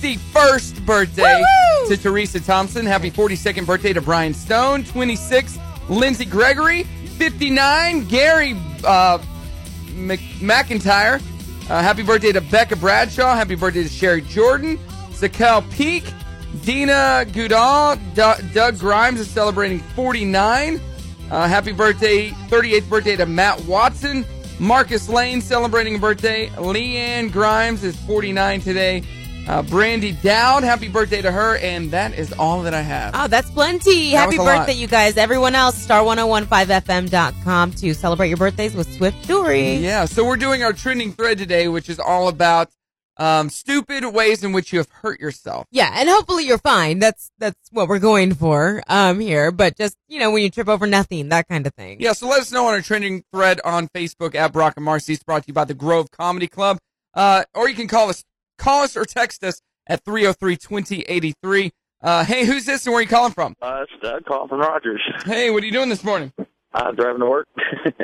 Speaker 1: 61st birthday
Speaker 2: Woo-hoo!
Speaker 1: to Teresa Thompson. Happy 42nd birthday to Brian Stone. 26, Lindsey Gregory. 59, Gary uh, Mc- McIntyre. Uh, happy birthday to Becca Bradshaw. Happy birthday to Sherry Jordan. Zakel Peak. Dina Goodall. Du- Doug Grimes is celebrating 49. Uh, happy birthday, 38th birthday to Matt Watson. Marcus Lane celebrating a birthday. Leanne Grimes is 49 today. Uh, Brandy Dowd, happy birthday to her. And that is all that I have.
Speaker 2: Oh, that's plenty.
Speaker 1: That
Speaker 2: Happy
Speaker 1: was a lot.
Speaker 2: birthday, you guys. Everyone else, star1015fm.com to celebrate your birthdays with Swift Jewelry.
Speaker 1: Yeah, so we're doing our trending thread today, which is all about um, stupid ways in which you have hurt yourself.
Speaker 2: Yeah, and hopefully you're fine. That's that's what we're going for um here. But just you know, when you trip over nothing, that kind of thing.
Speaker 1: Yeah, so let us know on our trending thread on Facebook at Brock and Marcy. It's brought to you by the Grove Comedy Club. Uh, or you can call us call us or text us at 303-2083. Uh, hey, who's this and where are you calling from?
Speaker 6: Uh, it's Doug calling from Rogers.
Speaker 1: Hey, what are you doing this morning?
Speaker 6: I'm driving to work.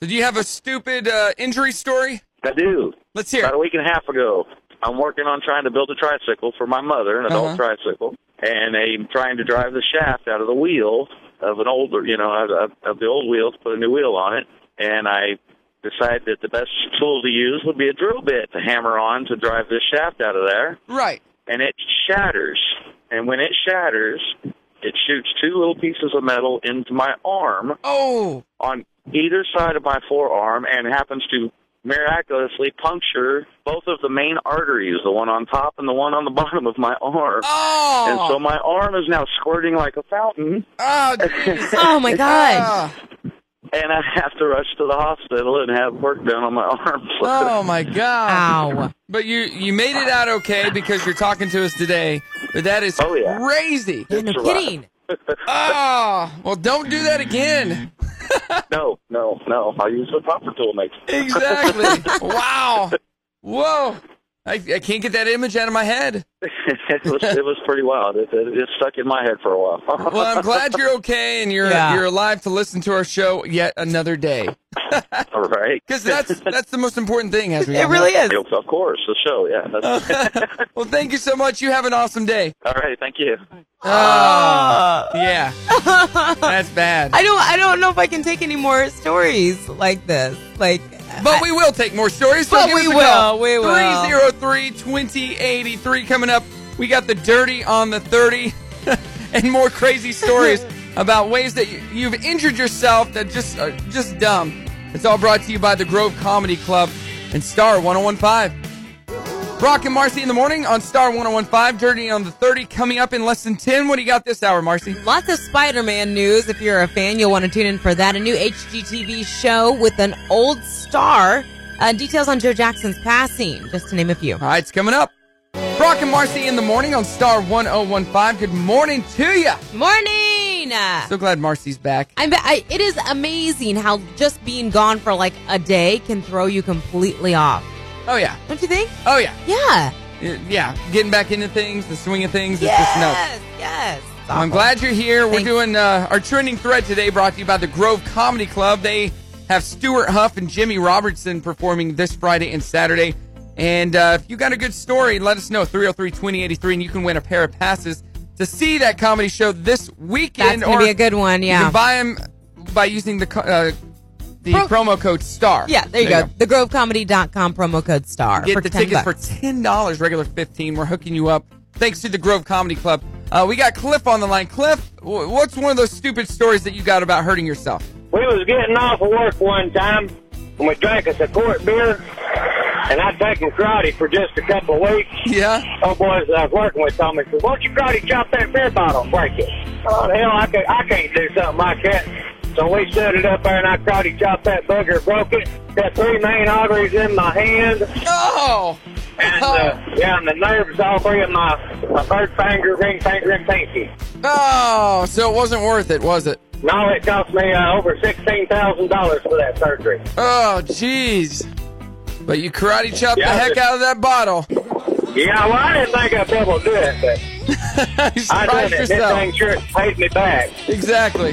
Speaker 1: So do you have a stupid uh, injury story?
Speaker 6: I do.
Speaker 1: Let's hear
Speaker 6: About a
Speaker 1: it.
Speaker 6: week and a half ago, I'm working on trying to build a tricycle for my mother, an adult tricycle, and I'm trying to drive the shaft out of the wheel of an older, you know, of, of- of the old wheel to put a new wheel on it. And I decided that the best tool to use would be a drill bit to hammer on to drive this shaft out of there.
Speaker 1: Right.
Speaker 6: and it shatters. And when it shatters, it shoots two little pieces of metal into my arm
Speaker 1: Oh,
Speaker 6: on either side of my forearm and happens to miraculously puncture both of the main arteries, the one on top and the one on the bottom of my arm.
Speaker 1: oh,
Speaker 6: And so my arm is now squirting like a fountain,
Speaker 1: oh, jeez.
Speaker 2: Oh my god.
Speaker 1: Ah.
Speaker 6: and I have to rush to the hospital and have work done on my arm. So
Speaker 1: Oh my god.
Speaker 2: Ow.
Speaker 1: But you you made it out okay because you're talking to us today. But that is
Speaker 6: Oh, yeah.
Speaker 1: crazy.
Speaker 2: Yeah, no
Speaker 6: It's a lot.
Speaker 2: kidding.
Speaker 1: Oh, well don't do that again.
Speaker 6: No, no, no. I'll use the proper tool next time.
Speaker 1: Exactly. wow. Whoa. I, I can't get that image out of my head.
Speaker 6: it, was, it was pretty wild. It, it, it stuck in my head for a while.
Speaker 1: Well, I'm glad you're okay and you're
Speaker 2: Yeah.
Speaker 1: you're alive to listen to our show yet another day.
Speaker 6: All right.
Speaker 1: Because that's that's the most important thing as we
Speaker 2: It
Speaker 1: all
Speaker 2: really
Speaker 1: know.
Speaker 2: is.
Speaker 6: Yes, Of course, the show. Yeah.
Speaker 1: Oh.
Speaker 6: That's,
Speaker 1: Well, thank you so much. You have an awesome day.
Speaker 6: all right. Thank you.
Speaker 2: Ah.
Speaker 1: Oh, yeah. That's bad.
Speaker 2: Uh, I don't I don't know if I can take any more stories like this. Like
Speaker 1: But we will take more stories. So
Speaker 2: But
Speaker 1: give us
Speaker 2: we
Speaker 1: a
Speaker 2: will,
Speaker 1: call.
Speaker 2: we will.
Speaker 1: 303 2083 coming up. We got the dirty on the 30 and more crazy stories about ways that you, you've injured yourself that just are just dumb. It's all brought to you by the Grove Comedy Club and Star 1015. Brock and Marcy in the morning on Star 1015. Dirty on the 30 coming up in less than 10. What do you got this hour, Marcy?
Speaker 2: Lots of Spider Man news. If you're a fan, you'll want to tune in for that. A new HGTV show with an old star. Uh, details on Joe Jackson's passing, just to name a few.
Speaker 1: All right, it's coming up. Brock and Marcy in the morning on Star 1015. Good morning to you.
Speaker 2: Morning! Uh,
Speaker 1: So glad Marcy's back.
Speaker 2: I'm, I, it is amazing how just being gone for like a day can throw you completely off.
Speaker 1: Oh yeah.
Speaker 2: Don't you think?
Speaker 1: Oh yeah.
Speaker 2: Yeah.
Speaker 1: Y- Yeah. Getting back into things, the swing of things. It's just nuts.
Speaker 2: Yes. Yes.
Speaker 1: I'm glad you're here.
Speaker 2: Thanks.
Speaker 1: We're doing uh, our trending thread today, brought to you by the Grove Comedy Club. They have Stuart Huff and Jimmy Robertson performing this Friday and Saturday. And uh, if you got a good story, let us know 303-2083, and you can win a pair of passes to see that comedy show this
Speaker 2: That's
Speaker 1: weekend.
Speaker 2: going
Speaker 1: or
Speaker 2: to be a good one.
Speaker 1: You
Speaker 2: Yeah.
Speaker 1: can buy them by using the co- uh, the
Speaker 2: Pro-
Speaker 1: promo code STAR.
Speaker 2: yeah. There you go. TheGroveComedy.com promo code STAR.
Speaker 1: Get
Speaker 2: for
Speaker 1: the
Speaker 2: 10
Speaker 1: tickets
Speaker 2: bucks.
Speaker 1: for ten dollars, regular fifteen. We're hooking you up. Thanks to the Grove Comedy Club. Uh, we got Cliff on the line. Cliff, wh- what's one of those stupid stories that you got about hurting yourself?
Speaker 7: We was getting off of work one time, and we drank us a quart beer, and I'd taken karate for just a couple of weeks.
Speaker 1: Yeah.
Speaker 7: Oh, boys that I was working with told me, said, why don't you karate chop that beer bottle and break it? Oh, hell, I can't, I can't do something like that. So we stood it up there, and I karate chopped that booger, broke it, got three main arteries in my hand,
Speaker 1: Oh.
Speaker 7: and, uh, yeah, and the nerves all three of my, my third finger, ring finger, and pinky.
Speaker 1: Oh. So it wasn't worth it, was it?
Speaker 7: No, it cost me uh, over sixteen thousand dollars for that surgery.
Speaker 1: Oh, jeez. But you karate chopped
Speaker 7: Yeah,
Speaker 1: the
Speaker 7: I
Speaker 1: heck
Speaker 7: did.
Speaker 1: out of that bottle.
Speaker 7: Yeah, well, I didn't think I'd be able to do it, but
Speaker 1: you
Speaker 7: I
Speaker 1: surprised
Speaker 7: done it. This
Speaker 1: yourself.
Speaker 7: thing sure paid me back.
Speaker 1: Exactly.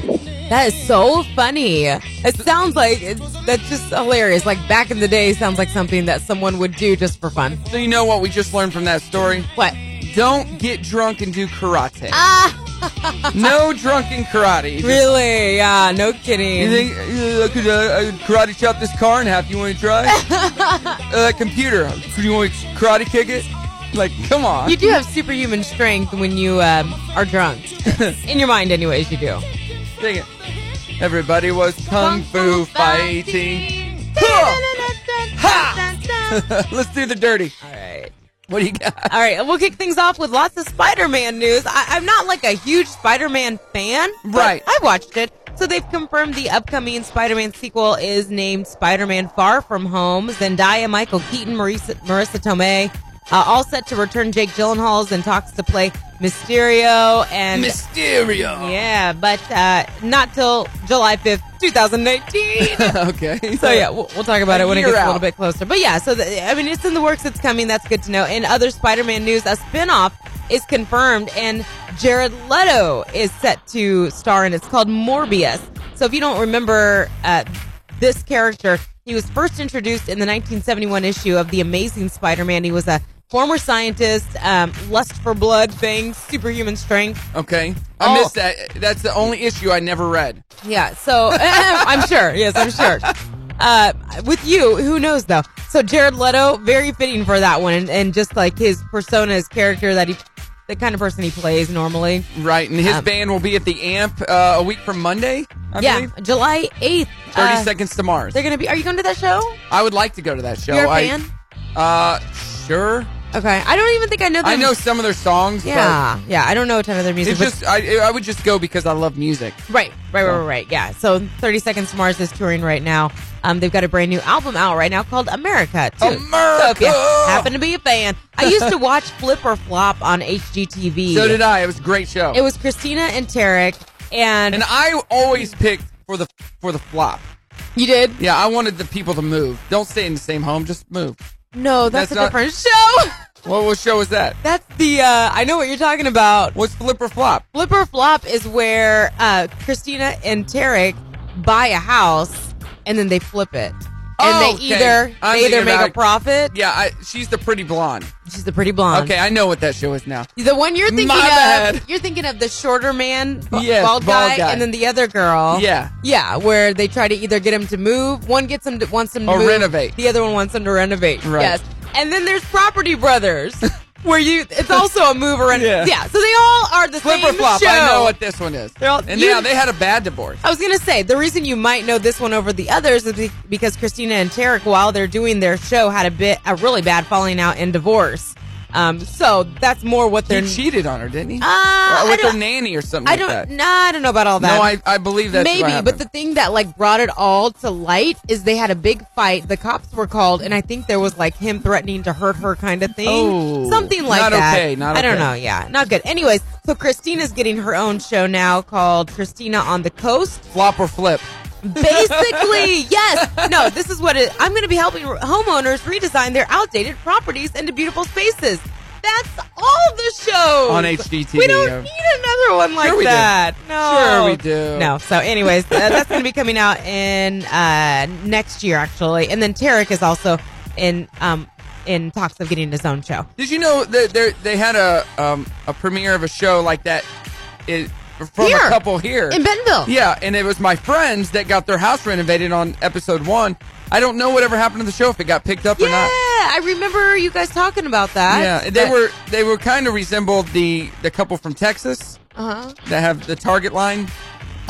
Speaker 2: That is so funny. It sounds like it's, that's just hilarious. Like back in the day, sounds like something that someone would do just for fun.
Speaker 1: So you know what we just learned from that story?
Speaker 2: What?
Speaker 1: Don't get drunk and do karate.
Speaker 2: Ah,
Speaker 1: No drunken karate.
Speaker 2: really? Yeah, no kidding.
Speaker 1: You think uh, I could uh, I could karate chop this car in half? You want to try? uh, that computer. Could you want to karate kick it? Like, come on.
Speaker 2: You do have superhuman strength when you um, are drunk. In your mind, anyways, you do.
Speaker 1: Sing it. Everybody was kung, fu fighting. Huh! Let's do the dirty.
Speaker 2: All right.
Speaker 1: What do you got?
Speaker 2: All right. We'll kick things off with lots of Spider Man news. I- I'm not like a huge Spider Man fan. but
Speaker 1: Right.
Speaker 2: I watched it. So they've confirmed the upcoming Spider Man sequel is named Spider Man Far From Home. Zendaya, Michael Keaton, Marisa, Marissa Tomei. Uh, all set to return Jake Gyllenhaal's and talks to play Mysterio and
Speaker 1: Mysterio.
Speaker 2: yeah, but uh, not till July fifth, two thousand nineteen.
Speaker 1: okay.
Speaker 2: So yeah, we'll, we'll talk about
Speaker 1: A
Speaker 2: it when it
Speaker 1: year
Speaker 2: gets a
Speaker 1: out.
Speaker 2: little bit closer. But yeah, so the, I mean, it's in the works. It's coming. That's good to know. In other Spider-Man news, a spin-off is confirmed, and Jared Leto is set to star, and it's called Morbius. So if you don't remember uh, this character, he was first introduced in the 1971 issue of the Amazing Spider-Man. He was a former scientist, um, lust for blood thing, superhuman strength.
Speaker 1: Okay.
Speaker 2: Oh.
Speaker 1: I missed that. That's the only issue I never read.
Speaker 2: Yeah, so I'm sure. Yes, I'm sure. Uh, with you, who knows though? So Jared Leto, very fitting for that one, and, and just like his persona, his character that he, the kind of person he plays normally.
Speaker 1: Right. And his
Speaker 2: Um,
Speaker 1: band will be at the Amp uh, a week from Monday. I
Speaker 2: yeah,
Speaker 1: Believe.
Speaker 2: July eighth. uh,
Speaker 1: 30 Seconds to Mars.
Speaker 2: They're gonna be. Are you going to that show?
Speaker 1: I would like to go to that show.
Speaker 2: You're a
Speaker 1: I-
Speaker 2: fan.
Speaker 1: Uh, sure.
Speaker 2: okay, I don't even think I know. Them.
Speaker 1: I know some of their songs.
Speaker 2: Yeah, yeah. I don't know a ton of their
Speaker 1: But
Speaker 2: music.
Speaker 1: it's
Speaker 2: but-
Speaker 1: just I, I would just go because I love music.
Speaker 2: Right, right, right, right, right. Yeah. So 30 Seconds to Mars is touring right now. Um, they've got a brand new album out right now called America. Too. So if you
Speaker 1: America!
Speaker 2: happen to be a fan, I used to watch Flip or Flop on HGTV.
Speaker 1: So did I. It was a great show.
Speaker 2: It was Christina and Tarek, and,
Speaker 1: and I always picked for the for the flop.
Speaker 2: you did.
Speaker 1: Yeah, I wanted the people to move. Don't stay in the same home. Just move.
Speaker 2: No, that's,
Speaker 1: That's
Speaker 2: a
Speaker 1: not-
Speaker 2: different show.
Speaker 1: What what show is that?
Speaker 2: That's the. Uh, I know what you're talking about.
Speaker 1: What's flip or flop?
Speaker 2: Flip or Flop is where uh, Christina and Tarek buy a house and then they flip it. And
Speaker 1: Oh,
Speaker 2: they
Speaker 1: okay.
Speaker 2: either
Speaker 1: I'm
Speaker 2: they either
Speaker 1: thinking
Speaker 2: make a
Speaker 1: about-
Speaker 2: profit.
Speaker 1: Yeah, I, she's the pretty blonde.
Speaker 2: She's the pretty blonde.
Speaker 1: Okay, I know what that show is now.
Speaker 2: The one you're thinking
Speaker 1: My
Speaker 2: of,
Speaker 1: bad.
Speaker 2: you're thinking of the shorter man, b-
Speaker 1: Yes,
Speaker 2: bald,
Speaker 1: bald
Speaker 2: guy,
Speaker 1: guy.
Speaker 2: and then the other girl.
Speaker 1: Yeah.
Speaker 2: yeah, where they try to either get him to move. One gets him to, wants him to
Speaker 1: Or
Speaker 2: move,
Speaker 1: renovate.
Speaker 2: The other one wants him to renovate.
Speaker 1: Right.
Speaker 2: Yes, and then there's Property Brothers, where you it's also a move around.
Speaker 1: Yeah.
Speaker 2: so they all are the
Speaker 1: Flip
Speaker 2: same
Speaker 1: or flop.
Speaker 2: show.
Speaker 1: I know what this one is.
Speaker 2: They're all-
Speaker 1: and
Speaker 2: you-
Speaker 1: yeah, they had a bad divorce.
Speaker 2: I was gonna say the reason you might know this one over the others is be- because Christina and Tarek, while they're doing their show, had a bit a really bad falling out and divorce. Um, so that's more what they're
Speaker 1: He cheated on her, didn't he?
Speaker 2: Uh,
Speaker 1: Or
Speaker 2: I
Speaker 1: with her
Speaker 2: don't-
Speaker 1: nanny or something
Speaker 2: I
Speaker 1: like
Speaker 2: don't.
Speaker 1: that.
Speaker 2: Nah, I don't know about all that.
Speaker 1: No, I, I believe that's what
Speaker 2: maybe.
Speaker 1: happened.
Speaker 2: But the thing that like brought it all to light is they had a big fight. The cops were called, and I think there was like him threatening to hurt her, kind of thing.
Speaker 1: Oh,
Speaker 2: Something like
Speaker 1: not
Speaker 2: that.
Speaker 1: okay, not
Speaker 2: I don't
Speaker 1: okay.
Speaker 2: know. Yeah, not good. Anyways, so Christina's getting her own show now called Christina on the Coast.
Speaker 1: flop or flip.
Speaker 2: Basically, yes. No, this is what it, I'm going to be helping homeowners redesign their outdated properties into beautiful spaces. That's all the shows
Speaker 1: On HGTV,
Speaker 2: Oh, We don't
Speaker 1: yeah.
Speaker 2: need another one like
Speaker 1: Sure we do.
Speaker 2: that. No,
Speaker 1: Sure we do.
Speaker 2: No. So, anyways, uh, that's going to be coming out in uh, next year, actually. And then Tarek is also in um, in talks of getting his own show.
Speaker 1: Did you know that there- they had a um, a premiere of a show like that it, from
Speaker 2: Here.
Speaker 1: a couple here
Speaker 2: In Bentonville.
Speaker 1: Yeah, and it was my friends that got their house renovated on episode one. I don't know whatever happened to the show if it got picked up
Speaker 2: Yeah,
Speaker 1: or not.
Speaker 2: I remember you guys talking about that.
Speaker 1: yeah, they were they were kind of resembled the the couple from Texas
Speaker 2: Uh-huh.
Speaker 1: that have the Target line.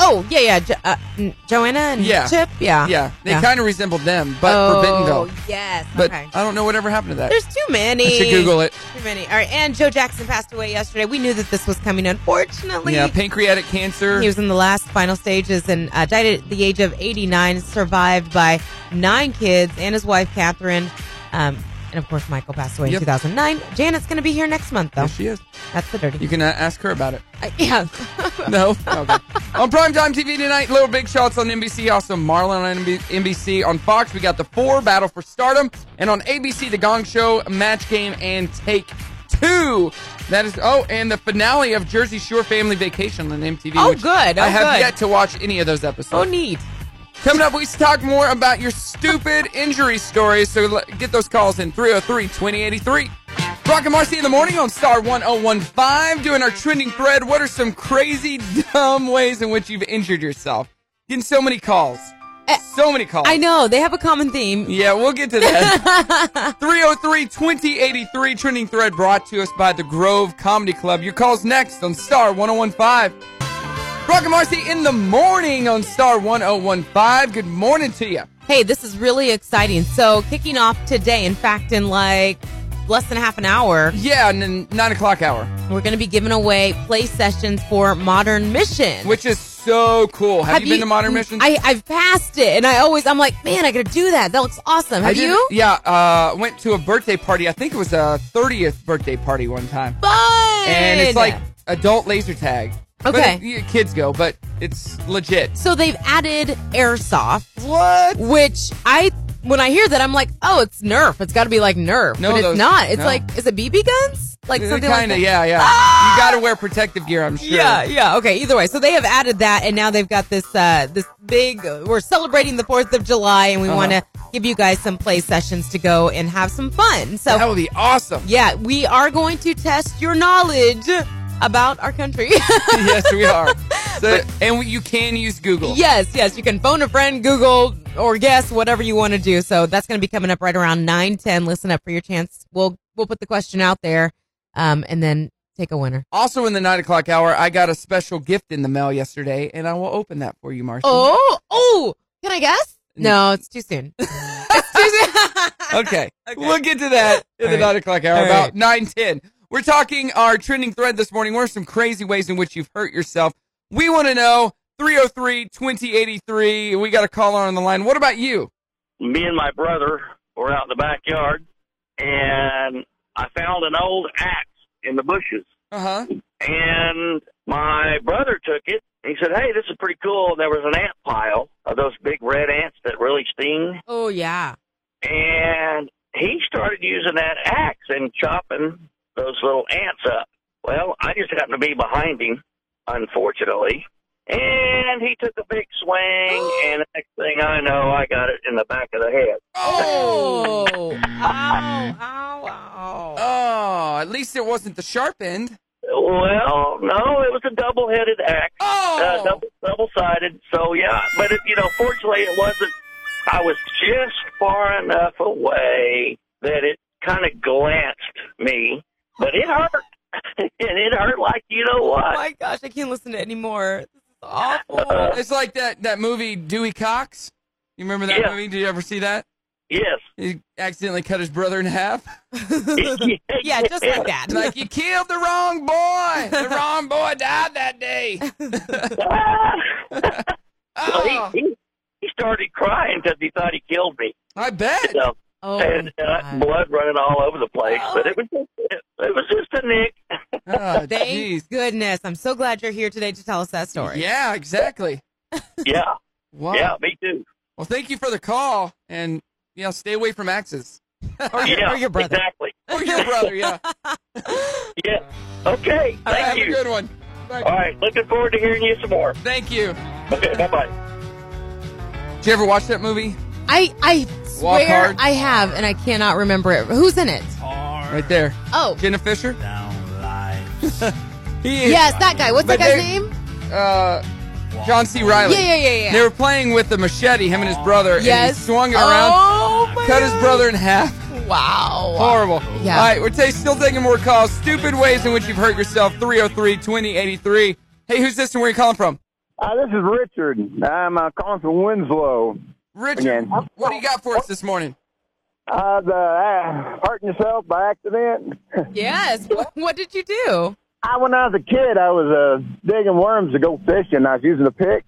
Speaker 2: Oh yeah, yeah, jo- uh, n- Joanna and
Speaker 1: Yeah.
Speaker 2: Chip. Yeah,
Speaker 1: Yeah, they
Speaker 2: Uh, Yeah. Oh,
Speaker 1: kind of resembled them, but for Bentonville.
Speaker 2: Yes.
Speaker 1: But
Speaker 2: okay.
Speaker 1: I don't know whatever happened to that.
Speaker 2: There's too many.
Speaker 1: I should Google it.
Speaker 2: Too many. All right. And Joe Jackson passed away yesterday. We knew that this was coming. Unfortunately,
Speaker 1: Yeah, pancreatic cancer.
Speaker 2: he was in the last final stages and uh, died at the age of 89. Survived by nine kids and his wife Catherine. Um, and of course, Michael passed away
Speaker 1: Yep.
Speaker 2: in 2009. Janet's going to be here next month, though.
Speaker 1: Yes, she is.
Speaker 2: That's the dirty.
Speaker 1: You can uh, ask her about it.
Speaker 2: I- yeah.
Speaker 1: No. Okay. on primetime TV tonight, Little Big Shots on NBC, also Marlon on NB- NBC. On Fox, we got the four battle for stardom, and on ABC, the Gong Show, Match Game, and Take Two. That is oh, and the finale of Jersey Shore Family Vacation on MTV.
Speaker 2: Oh,
Speaker 1: which
Speaker 2: good. Oh,
Speaker 1: I have
Speaker 2: good.
Speaker 1: yet to watch any of those episodes.
Speaker 2: Oh, neat.
Speaker 1: Coming up, we talk more about your stupid injury stories. So l- get those calls in 303 2083. Brock and Marcy in the morning on Star 1015, doing our trending thread. What are some crazy, dumb ways in which you've injured yourself? Getting so many calls.
Speaker 2: Eh,
Speaker 1: So many calls.
Speaker 2: I know. They have a common theme.
Speaker 1: Yeah, we'll get to that. 303 2083 trending thread brought to us by the Grove Comedy Club. Your call's next on Star 1015. Brock and Marcy in the morning on Star 1015. Good morning to you.
Speaker 2: Hey, this is really exciting. So, kicking off today, in fact, in like less than half an hour,
Speaker 1: Yeah, and then 9 o'clock hour,
Speaker 2: we're going to be giving away play sessions for Modern Mission.
Speaker 1: which is so cool. Have, you, been to Modern Mission?
Speaker 2: I, I've passed it, and I always, I'm like, man, I got to do that. That looks awesome.
Speaker 1: I
Speaker 2: Have
Speaker 1: did-
Speaker 2: you?
Speaker 1: Yeah, uh, went to a birthday party. I think it was a 30th birthday party one time.
Speaker 2: Fun!
Speaker 1: And it's like adult laser tag. But
Speaker 2: Okay.
Speaker 1: it- yeah, kids go, but it's legit.
Speaker 2: So they've added airsoft,
Speaker 1: What?
Speaker 2: which I when I hear that I'm like, oh, it's Nerf. It's got to be like Nerf,
Speaker 1: No,
Speaker 2: but it's
Speaker 1: those-
Speaker 2: not. It's
Speaker 1: no.
Speaker 2: like, is it BB guns? Like
Speaker 1: Uh,
Speaker 2: something
Speaker 1: kinda,
Speaker 2: like that. Ah!
Speaker 1: yeah, yeah. You got to wear protective gear, I'm sure.
Speaker 2: Yeah, yeah. Okay. Either way, so they have added that, and now they've got this uh, this big. We're celebrating the Fourth of July, and we
Speaker 1: Uh-huh.
Speaker 2: want to give you guys some play sessions to go and have some fun. So
Speaker 1: That would be awesome.
Speaker 2: yeah, we are going to test your knowledge about our country.
Speaker 1: yes, we are. So, and we, you can use Google.
Speaker 2: Yes, yes. You can phone a friend, Google, or guess whatever you want to do. So that's going to be coming up right around nine ten. Listen up for your chance. We'll we'll put the question out there, um, and then take a winner.
Speaker 1: Also, in the nine o'clock hour, I got a special gift in the mail yesterday, and I will open that for you, Marcy.
Speaker 2: Oh, oh! Can I guess? No, it's too soon. it's too soon.
Speaker 1: Okay. We'll get to that in
Speaker 2: All
Speaker 1: the
Speaker 2: right.
Speaker 1: nine o'clock hour,
Speaker 2: All
Speaker 1: about
Speaker 2: right.
Speaker 1: nine ten. We're talking our trending thread this morning. What are some crazy ways in which you've hurt yourself? We want to know 303 2083. We got a caller on the line. What about you?
Speaker 8: me and my brother were out in the backyard, and I found an old axe in the bushes.
Speaker 1: Uh huh.
Speaker 8: And my brother took it. He said, "Hey, this is pretty cool." There was an ant pile of those big red ants that really sting,
Speaker 2: Oh yeah.
Speaker 8: and he started using that axe and chopping those little ants up. Well, I just happened to be behind him, unfortunately, and he took a big swing, and the next thing I know, I got it in the back of the head.
Speaker 2: Oh. ow! Ow! Ow!
Speaker 1: Oh, at least it wasn't the sharp end.
Speaker 8: Well, no, it was a double-headed axe, uh,
Speaker 1: Oh,
Speaker 8: double, double-sided. So yeah, but it, you know, fortunately, it wasn't. I was just far enough away that it kind of glanced me, but it hurt, and it hurt like you know
Speaker 2: Oh
Speaker 8: what.
Speaker 2: my gosh! I can't listen to it anymore. This is
Speaker 8: Uh,
Speaker 2: awful.
Speaker 1: it's like that, that movie Dewey Cox. You remember that
Speaker 8: Yeah.
Speaker 1: movie? Did you ever see that?
Speaker 8: Yes.
Speaker 1: He accidentally cut his brother in half.
Speaker 2: yeah, just like that.
Speaker 1: like you killed the wrong boy. The wrong boy died that day.
Speaker 8: well,
Speaker 1: Oh,
Speaker 8: he, he, he started crying because he thought he killed me.
Speaker 1: I bet.
Speaker 8: So,
Speaker 2: Oh,
Speaker 8: and uh,
Speaker 2: God.
Speaker 8: blood running all over the place, but it was just, it, it was just a nick.
Speaker 1: Oh,
Speaker 2: Thank
Speaker 1: jeez.
Speaker 2: goodness. I'm so glad you're here today to tell us that story.
Speaker 1: Yeah, exactly.
Speaker 8: Yeah,
Speaker 1: Wow.
Speaker 8: yeah, me too.
Speaker 1: Well, thank you for the call, and you know, stay away from axes.
Speaker 2: Or, your,
Speaker 8: Yeah,
Speaker 2: or your brother.
Speaker 8: exactly.
Speaker 1: Or your brother. Yeah.
Speaker 8: Yeah. Okay.
Speaker 1: All right,
Speaker 8: Thank
Speaker 1: have a
Speaker 8: you.
Speaker 1: good one. Bye.
Speaker 8: All right. Looking forward to hearing you some more.
Speaker 1: Thank you.
Speaker 8: Okay. Bye bye.
Speaker 1: Did you ever watch that movie?
Speaker 2: I, I
Speaker 1: Walk
Speaker 2: swear
Speaker 1: hard.
Speaker 2: I have, and I cannot remember it. Who's in it?
Speaker 1: Right there,
Speaker 2: Oh,
Speaker 1: Jenna Fisher. he is,
Speaker 2: yes, that guy. What's that
Speaker 1: But
Speaker 2: guy's
Speaker 1: they-
Speaker 2: name?
Speaker 1: Uh, John C. Riley.
Speaker 2: Yeah, yeah, yeah,
Speaker 1: They
Speaker 2: yeah.
Speaker 1: were playing with the machete, him and his brother, and
Speaker 2: Yes.
Speaker 1: he swung it around,
Speaker 2: Oh, my
Speaker 1: cut his
Speaker 2: God.
Speaker 1: brother in half.
Speaker 2: Wow.
Speaker 1: Horrible.
Speaker 2: Yeah.
Speaker 1: All right, we're ta- still taking more calls. Stupid ways in which you've hurt yourself, 303 2083. Hey, who's this and where are you calling from?
Speaker 7: Uh, this is Richard. I'm uh, calling from Winslow.
Speaker 1: Richard,
Speaker 7: Again.
Speaker 1: what do you got for us this morning?
Speaker 7: Uh, the, uh, hurting yourself by accident.
Speaker 2: Yes. What, what did you do?
Speaker 7: I, when I was a kid, I was uh, digging worms to go fishing. I was using a pick,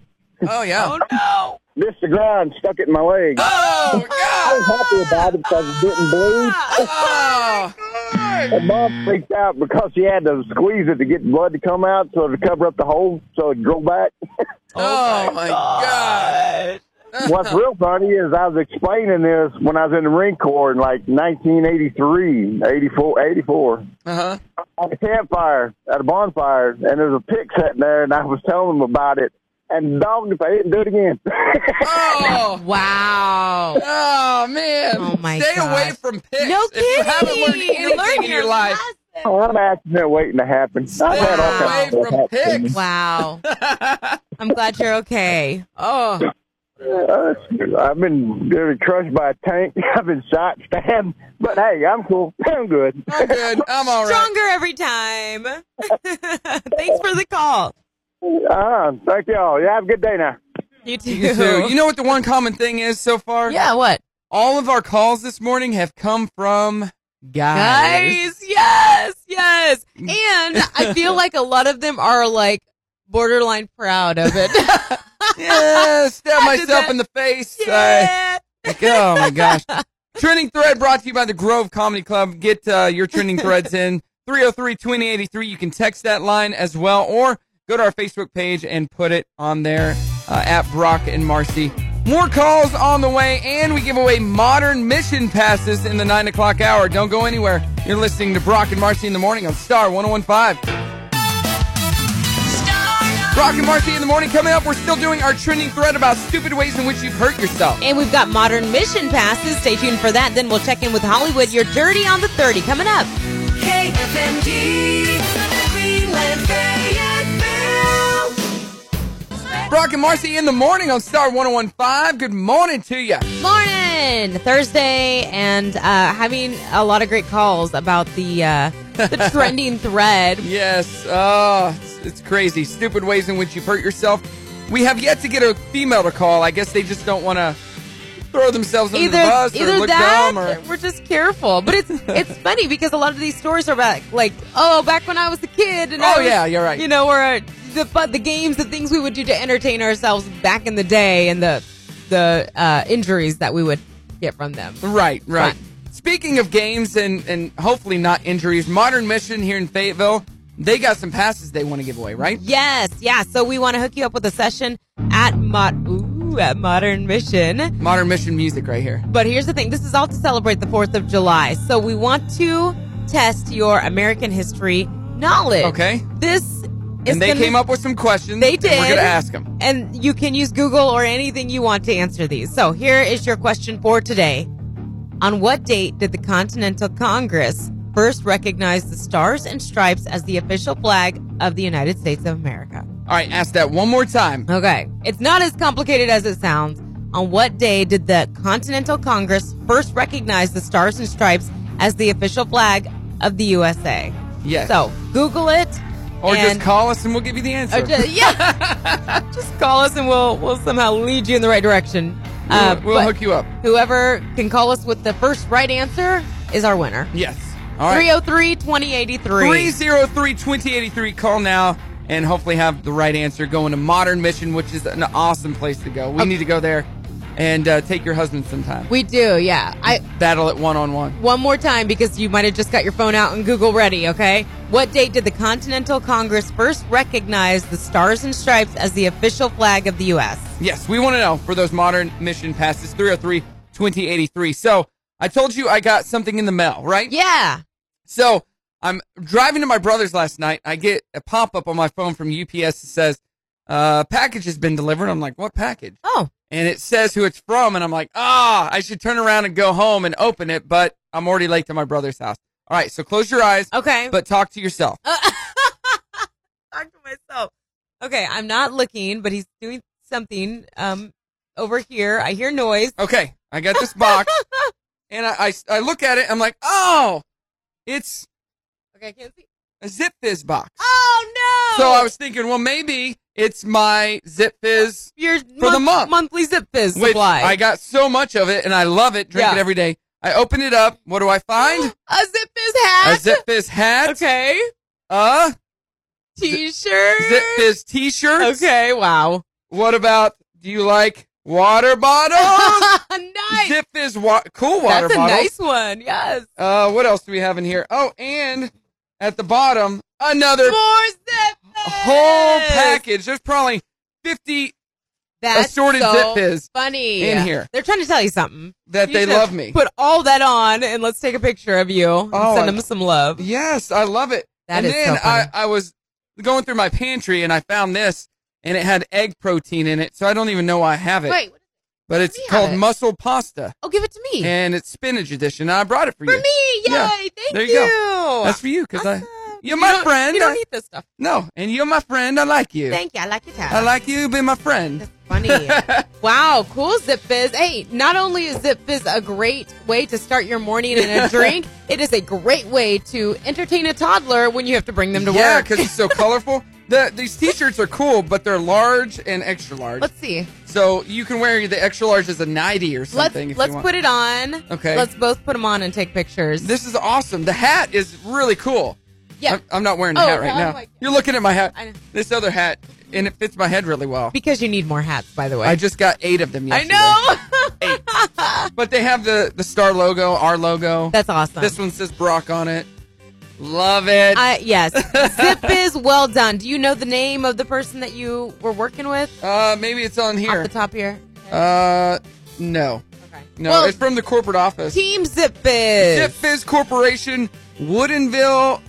Speaker 1: Oh, yeah.
Speaker 2: Oh, no.
Speaker 9: missed the ground, stuck it in my leg.
Speaker 1: Oh,
Speaker 9: I
Speaker 1: God!
Speaker 9: was happy about it because it didn't bleed.
Speaker 1: Oh,
Speaker 9: And mom freaked out because she had to squeeze it to get blood to come out so to cover up the hole so it grow back.
Speaker 1: oh my God!
Speaker 9: What's real funny is I was explaining this when I was in the Marine Corps in like 1983, 84, 84.
Speaker 1: Uh-huh.
Speaker 9: at a campfire, at a bonfire, and there's a pig sitting there, and I was telling them about it. And dog, if I didn't do it again.
Speaker 1: Oh!
Speaker 2: Wow.
Speaker 1: Oh, man.
Speaker 2: Oh, my
Speaker 1: Stay
Speaker 2: God.
Speaker 1: away from picks.
Speaker 2: No
Speaker 1: If you haven't
Speaker 2: kidding.
Speaker 1: learned anything
Speaker 2: Learn
Speaker 1: in
Speaker 2: your
Speaker 1: your life,
Speaker 9: Oh, I'm accident waiting to happen. I've had all kinds
Speaker 1: stay
Speaker 9: of
Speaker 1: away
Speaker 9: stuff happen to
Speaker 1: from
Speaker 9: me.
Speaker 1: picks.
Speaker 2: Wow. I'm glad you're okay.
Speaker 1: Oh,
Speaker 9: Uh, I've been nearly crushed by a tank. I've been shot, stabbed. But hey, I'm cool. I'm good.
Speaker 1: I'm good. I'm all right.
Speaker 2: Stronger every time. Thanks for the call.
Speaker 9: Uh, thank y'all. Yeah, have a good day now.
Speaker 2: You too.
Speaker 1: You too. You know what the one common thing is so far?
Speaker 2: yeah, what?
Speaker 1: All of our calls this morning have come from guys.
Speaker 2: Guys, yes, yes. And I feel like a lot of them are like borderline proud of it.
Speaker 1: yeah, stab
Speaker 2: I did
Speaker 1: myself
Speaker 2: that.
Speaker 1: in the face. I-
Speaker 2: yeah.
Speaker 1: Like, oh my gosh. Trending Thread brought to you by the Grove Comedy Club. Get uh, your trending threads in 303 2083. You can text that line as well or go to our Facebook page and put it on there uh, at Brock and Marcy. More calls on the way, and we give away modern mission passes in the 9 o'clock hour. Don't go anywhere. You're listening to Brock and Marcy in the morning on Star 1015. Brock and Marcy in the morning coming up. We're still doing our trending thread about stupid ways in which you've hurt yourself.
Speaker 2: And we've got modern mission passes. Stay tuned for that. Then we'll check in with Hollywood. You're dirty on the 30 coming up.
Speaker 3: KFMD, Greenland, Fayetteville.
Speaker 1: Brock and Marcy in the morning on Star 1015. Good morning to you.
Speaker 2: Morning, Thursday, and uh, having a lot of great calls about the uh, the trending thread.
Speaker 1: Yes, uh, it's, it's crazy. Stupid ways in which you've hurt yourself. We have yet to get a female to call. I guess they just don't want to throw themselves under the
Speaker 2: Either
Speaker 1: bus or
Speaker 2: either
Speaker 1: look
Speaker 2: that,
Speaker 1: dumb or.
Speaker 2: we're just careful. But it's it's funny because a lot of these stories are about like, oh, back when I was a kid, and I
Speaker 1: Oh,
Speaker 2: was-
Speaker 1: yeah, you're right.
Speaker 2: You know, or uh, the fun, the games, the things we would do to entertain ourselves back in the day, and the the uh, injuries that we would get from them.
Speaker 1: Right, right. Speaking of games and, and hopefully not injuries, Modern Mission here in Fayetteville, they got some passes they want to give away, right?
Speaker 2: Yes, yeah. So we want to hook you up with a session at Mod Ooh, at Modern Mission.
Speaker 1: Modern Mission music right here.
Speaker 2: But here's the thing: this is all to celebrate the Fourth of July. So we want to test your American history knowledge.
Speaker 1: Okay.
Speaker 2: This is
Speaker 1: and they
Speaker 2: gonna-
Speaker 1: came up with some questions.
Speaker 2: They
Speaker 1: and
Speaker 2: did.
Speaker 1: we're going to ask them.
Speaker 2: And you can use Google or anything you want to answer these. So here is your question for today: On what date did the Continental Congress first recognize the stars and stripes as the official flag of the United States of America?
Speaker 1: All right, ask that one more time.
Speaker 2: Okay. It's not as complicated as it sounds. On what day did the Continental Congress first recognize the Stars and Stripes as the official flag of the USA?
Speaker 1: Yes.
Speaker 2: So Google it.
Speaker 1: Or
Speaker 2: and-
Speaker 1: just call us and we'll give you the answer.
Speaker 2: or ju- yeah. just call us and we'll we'll somehow lead you in the right direction.
Speaker 1: we'll
Speaker 2: Uh,
Speaker 1: we'll
Speaker 2: but
Speaker 1: hook you up.
Speaker 2: Whoever can call us with the first right answer is our winner.
Speaker 1: Yes. All right.
Speaker 2: 303 2083.
Speaker 1: 303 2083. Call now and hopefully have the right answer. Go into Modern Mission, which is an awesome place to go. We need to go there and uh, take your husband sometime.
Speaker 2: We do, yeah. I
Speaker 1: Battle it one on one.
Speaker 2: one more time because you might have just got your phone out and Google ready, okay? What date did the Continental Congress first recognize the Stars and Stripes as the official flag of the U.S.?
Speaker 1: Yes, we want to know for those Modern Mission passes 303 2083. So I told you I got something in the mail, right?
Speaker 2: Yeah.
Speaker 1: So I'm driving to my brother's last night. I get a pop up on my phone from UPS that says, uh, package has been delivered. I'm like, what package?
Speaker 2: Oh,
Speaker 1: and it says who it's from and i'm like ah i should turn around and go home and open it but i'm already late to my brother's house all right so close your eyes
Speaker 2: okay.
Speaker 1: but talk to yourself
Speaker 2: Talk to myself. Okay, I'm not looking, but he's doing something um over here. I hear noise.
Speaker 1: okay i got this box and I, I i look at it i'm like oh it's
Speaker 2: Okay, I can't see.
Speaker 1: a zip fizz box
Speaker 2: Oh no!
Speaker 1: so i was thinking well maybe it's my zip fizz
Speaker 2: your for
Speaker 1: the month.
Speaker 2: monthly zip fizz
Speaker 1: which
Speaker 2: supply.
Speaker 1: i got so much of it and i love it drink
Speaker 2: Yeah.
Speaker 1: it every day i open it up what do i find
Speaker 2: a zip fizz hat.
Speaker 1: a zip fizz hat
Speaker 2: Okay.
Speaker 1: a
Speaker 2: T-shirt.
Speaker 1: zip fizz t-shirt
Speaker 2: Okay. Wow.
Speaker 1: What about do you like Water bottle.
Speaker 2: nice.
Speaker 1: Zip is wa- cool water
Speaker 2: That's a
Speaker 1: bottle.
Speaker 2: nice one. Yes.
Speaker 1: Uh, what else do we have in here? Oh, and at the bottom, another
Speaker 2: More zip.
Speaker 1: whole package. There's probably 50
Speaker 2: That's
Speaker 1: assorted
Speaker 2: so
Speaker 1: Zip Fizz
Speaker 2: funny.
Speaker 1: in here.
Speaker 2: They're trying to tell you something.
Speaker 1: that
Speaker 2: You
Speaker 1: they
Speaker 2: should
Speaker 1: love me.
Speaker 2: Put all that on and let's take a picture of you. and
Speaker 1: Oh,
Speaker 2: send
Speaker 1: I-
Speaker 2: them some love.
Speaker 1: Yes, I love it.
Speaker 2: That
Speaker 1: and
Speaker 2: is
Speaker 1: then
Speaker 2: so funny.
Speaker 1: I, I was going through my pantry and I found this and it had egg protein in it, so I don't even know why I have it.
Speaker 2: Wait.
Speaker 1: but it's
Speaker 2: we have
Speaker 1: called
Speaker 2: it.
Speaker 1: muscle pasta
Speaker 2: Oh, give it to me.
Speaker 1: and it's spinach edition. And I brought it for,
Speaker 2: For
Speaker 1: you.
Speaker 2: me. Yay.
Speaker 1: Yeah.
Speaker 2: Thank
Speaker 1: There you
Speaker 2: you.
Speaker 1: go. That's for you because I
Speaker 2: Awesome.
Speaker 1: you're my
Speaker 2: You don't-
Speaker 1: friend.
Speaker 2: You don't
Speaker 1: I-
Speaker 2: eat this stuff.
Speaker 1: no, and you're my friend. I like you.
Speaker 2: Thank you. I like your time.
Speaker 1: I like you. Be my friend.
Speaker 2: That's funny. wow, cool Zip Fizz. Hey, not only is Zip Fizz a great way to start your morning and a drink, it is a great way to entertain a toddler when you have to bring them to
Speaker 1: yeah,
Speaker 2: work.
Speaker 1: because it's so colorful. The, these t-shirts are cool, but they're large and extra large.
Speaker 2: Let's see.
Speaker 1: so you can wear the extra large as a 90 or something
Speaker 2: let's
Speaker 1: if
Speaker 2: let's
Speaker 1: you want.
Speaker 2: put it on.
Speaker 1: Okay.
Speaker 2: Let's both put them on and take pictures.
Speaker 1: This is awesome. The hat is really cool.
Speaker 2: yeah.
Speaker 1: I'm, I'm not wearing the
Speaker 2: Oh,
Speaker 1: hat right
Speaker 2: how
Speaker 1: now.
Speaker 2: do I-
Speaker 1: You're looking at my hat.
Speaker 2: I know.
Speaker 1: This other hat, and it fits my head really well.
Speaker 2: because you need more hats, by the way.
Speaker 1: I just got eight of them
Speaker 2: I
Speaker 1: yesterday.
Speaker 2: know.
Speaker 1: But they have the, the star logo, our logo.
Speaker 2: That's awesome.
Speaker 1: This one says Brock on it. Love it.
Speaker 2: I, yes. Zip Fizz, well done. Do you know the name of the person that you were working with
Speaker 1: uh, maybe it's on
Speaker 2: off
Speaker 1: here.
Speaker 2: the top here?
Speaker 1: Uh, no.
Speaker 2: Okay.
Speaker 1: No,
Speaker 2: Well,
Speaker 1: it's from the corporate office.
Speaker 2: Team Zip Fizz.
Speaker 1: Zip Fizz Corporation, Woodinville,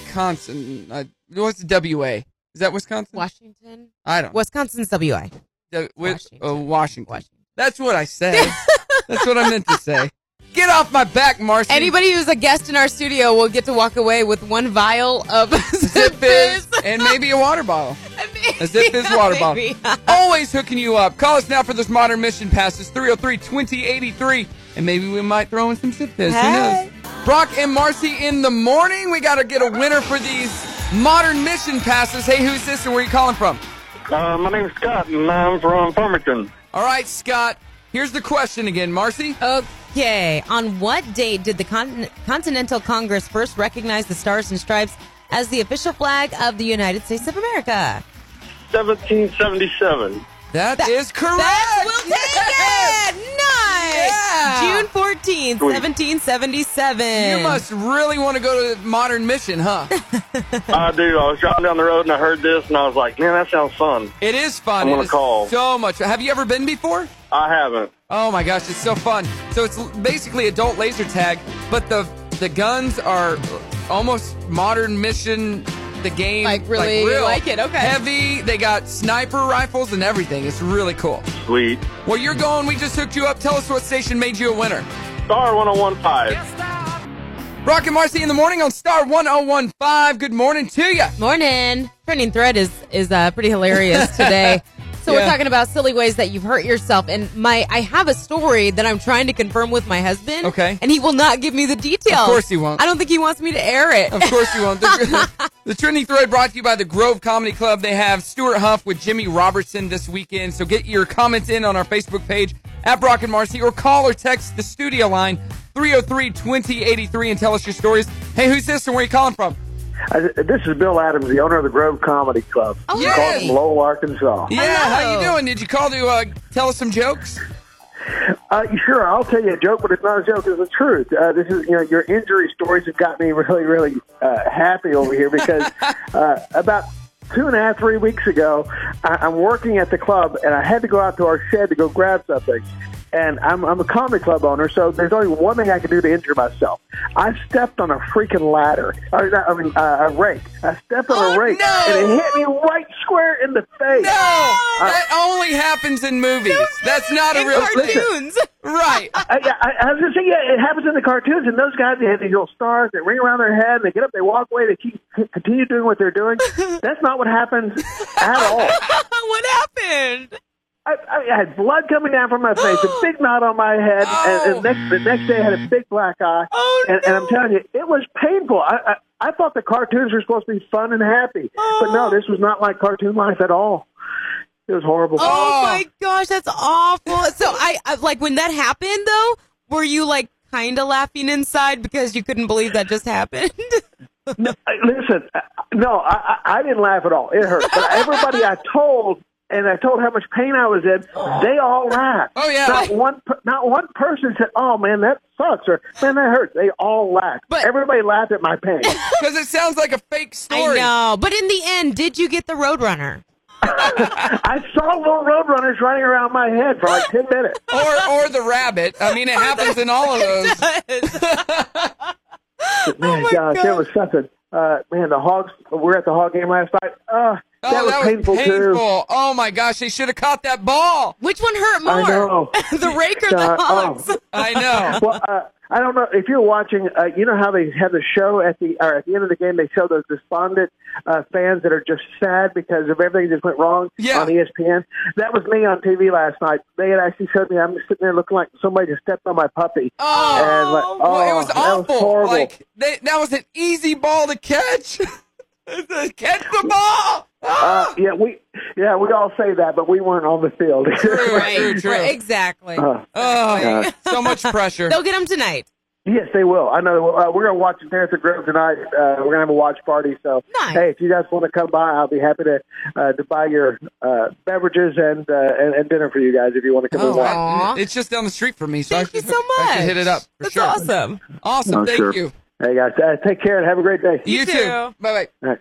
Speaker 1: Wisconsin. Uh, what's WA? Is that Wisconsin?
Speaker 2: Washington.
Speaker 1: I don't know.
Speaker 2: Wisconsin's WI.
Speaker 1: The- with Washington. Uh,
Speaker 2: Washington.
Speaker 1: Washington.
Speaker 2: Washington.
Speaker 1: That's what I said. That's what I meant to say. Get off my back, Marcy.
Speaker 2: Anybody who's a guest in our studio will get to walk away with one vial of Zip
Speaker 1: Zip
Speaker 2: Fizz.
Speaker 1: Fizz and maybe a water bottle. A Zip Fizz
Speaker 2: Yeah,
Speaker 1: water bottle.
Speaker 2: maybe.
Speaker 1: Always hooking you up. Call us now for those modern mission passes 303 2083. And maybe we might throw in some Zip Fizz.
Speaker 2: Hey.
Speaker 1: Who knows? Brock and Marcy in the morning. We got to get a winner for these modern mission passes. Hey, who's this and where you calling from?
Speaker 7: Uh, my name's Scott, and I'm from Farmington.
Speaker 1: All right, Scott. Here's the question again, Marcy.
Speaker 2: Okay. On what date did the Con- Continental Congress first recognize the Stars and Stripes as the official flag of the United States of America?
Speaker 7: 1777.
Speaker 1: that is correct.
Speaker 2: That's will take it. Nice.
Speaker 1: Yeah.
Speaker 2: June 14th, 1777.
Speaker 1: You must really want to go to Modern Mission, huh?
Speaker 7: I do. I was driving down the road and I heard this, and I was like, man, that sounds fun.
Speaker 1: It is fun.
Speaker 7: I'm
Speaker 1: It
Speaker 7: gonna
Speaker 1: is
Speaker 7: call.
Speaker 1: So much. Have you ever been before?
Speaker 7: I haven't.
Speaker 1: Oh my gosh, it's so fun. So it's l- basically adult laser tag, but the the guns are almost modern mission. The game,
Speaker 2: Like, really
Speaker 1: real
Speaker 2: like it, okay.
Speaker 1: Heavy. They got sniper rifles and everything. It's really cool.
Speaker 7: Sweet.
Speaker 1: Well, you're going. We just hooked you up. Tell us what station made you a winner.
Speaker 7: Star 1015.
Speaker 1: Brock and Marcy in the morning on Star 1015. Good morning to you.
Speaker 2: Morning. Trending thread is is uh, pretty hilarious today. So
Speaker 1: Yeah.
Speaker 2: we're talking about silly ways that you've hurt yourself, and my I have a story that I'm trying to confirm with my husband.
Speaker 1: Okay.
Speaker 2: and he will not give me the details.
Speaker 1: Of course he won't.
Speaker 2: I don't think he wants me to air it.
Speaker 1: Of course you won't. The, the Trending Thread brought to you by the Grove Comedy Club. They have Stuart Huff with Jimmy Robertson this weekend. So get your comments in on our Facebook page at Brock and Marcy or call or text the studio line 303-2083 and tell us your stories. Hey, who's this and where you calling from?
Speaker 9: this is Bill Adams, the owner of the Grove Comedy Club,
Speaker 2: Oh,
Speaker 1: Yes.
Speaker 9: Carlton,
Speaker 2: hey.
Speaker 9: Lowell, Arkansas.
Speaker 1: Yeah, how you
Speaker 2: Hello.
Speaker 1: doing? Did you call to uh, tell us some jokes?
Speaker 9: Uh, sure, I'll tell you a joke, but it's not a joke; it's the truth. Uh, this is you know your injury stories have got me really, really uh, happy over here because uh, about two and a half, three weeks ago, I- I'm working at the club and I had to go out to our shed to go grab something. And I'm, I'm a comedy club owner, so there's only one thing I can do to injure myself. I stepped on a freaking ladder. Or, not- I mean, uh, a rake. I stepped on
Speaker 1: Oh,
Speaker 9: a rake,
Speaker 1: no.
Speaker 9: and it hit me right square in the face.
Speaker 1: That only happens in movies. That's not a
Speaker 2: In
Speaker 1: real thing.
Speaker 2: cartoons.
Speaker 1: Right.
Speaker 9: I, I, I was just saying, yeah, it happens in the cartoons, and those guys, they have these little stars that ring around their head, and they get up, they walk away, they keep, continue doing what they're doing. That's not what happens at all.
Speaker 2: what happened?
Speaker 9: I, I had blood coming down from my face, a big knot on my head,
Speaker 1: Oh.
Speaker 9: and, and next, the next day I had a big black eye.
Speaker 2: Oh,
Speaker 9: and, and I'm telling you, it was painful. I, I, I thought the cartoons were supposed to be fun and happy, but
Speaker 1: Oh.
Speaker 9: no, this was not like cartoon life at all. It was horrible.
Speaker 2: Oh,
Speaker 1: Oh.
Speaker 2: my gosh, that's awful. So I, I like when that happened though. Were you like kind of laughing inside because you couldn't believe that just happened?
Speaker 9: uh, No, I- listen, I- no, I, I I didn't laugh at all. It hurt. But everybody I told and I told how much pain I was in, they all laughed.
Speaker 1: Oh, yeah.
Speaker 9: Not one, per- not one person said, "Oh man, that sucks," or "Man, that hurts." They all laughed.
Speaker 1: But-
Speaker 9: Everybody laughed at my pain.
Speaker 1: Because it sounds like a fake
Speaker 2: I
Speaker 1: story.
Speaker 2: know. But in the end, did you get the Roadrunner?
Speaker 9: I saw little roadrunners running around my head for like ten minutes.
Speaker 1: Or or the rabbit. I mean, it happens in all of those.
Speaker 9: Man, gosh, it was something. Uh, man, the hogs. We were at the hog game last night. Uh,
Speaker 1: Oh,
Speaker 9: that was painful, too.
Speaker 1: painful. Oh my gosh, they should have caught that ball.
Speaker 2: Which one hurt more?
Speaker 9: I know.
Speaker 2: the rake or
Speaker 9: Uh,
Speaker 2: the
Speaker 9: oh.
Speaker 2: hogs?
Speaker 1: I know.
Speaker 9: well, uh, I don't know if you're watching. Uh, you know how they have the show at the or at the end of the game, they show those despondent uh, fans that are just sad because of everything that went wrong
Speaker 1: Yeah.
Speaker 9: on E ESPN. That was me on TV last night. They had actually showed me. I'm sitting there looking like somebody just stepped on my puppy.
Speaker 1: Oh,
Speaker 9: and like, oh
Speaker 1: well, it was
Speaker 9: that
Speaker 1: awful.
Speaker 9: horrible.
Speaker 1: like they, that was an easy ball to catch. catch the ball. Ah!
Speaker 9: uh, yeah, we yeah we all say that, but we weren't on the field.
Speaker 1: Right, true, true.
Speaker 2: Right, exactly.
Speaker 9: Uh,
Speaker 1: Oh, so much pressure.
Speaker 2: They'll get them tonight.
Speaker 9: Yes, they will. I know. they will. Uh, we're going to watch it there at the Grove tonight. Uh, we're going to have a watch party. So,
Speaker 2: Nice.
Speaker 9: hey, if you guys want to come by, I'll be happy to uh, to buy your uh, beverages and, uh, and and dinner for you guys if you want to
Speaker 2: Oh,
Speaker 1: Oh,
Speaker 9: come and watch.
Speaker 2: Aw.
Speaker 1: It's just down the street from me. So I
Speaker 2: Thank you
Speaker 1: should,
Speaker 2: so much.
Speaker 1: I should hit it up for
Speaker 2: That's
Speaker 1: sure.
Speaker 2: awesome.
Speaker 1: Awesome.
Speaker 9: No,
Speaker 1: Thank
Speaker 9: Oh, sure.
Speaker 1: you.
Speaker 9: Hey guys, uh, take care and have a great day.
Speaker 1: You,
Speaker 2: You
Speaker 1: too.
Speaker 2: too.
Speaker 1: Bye bye.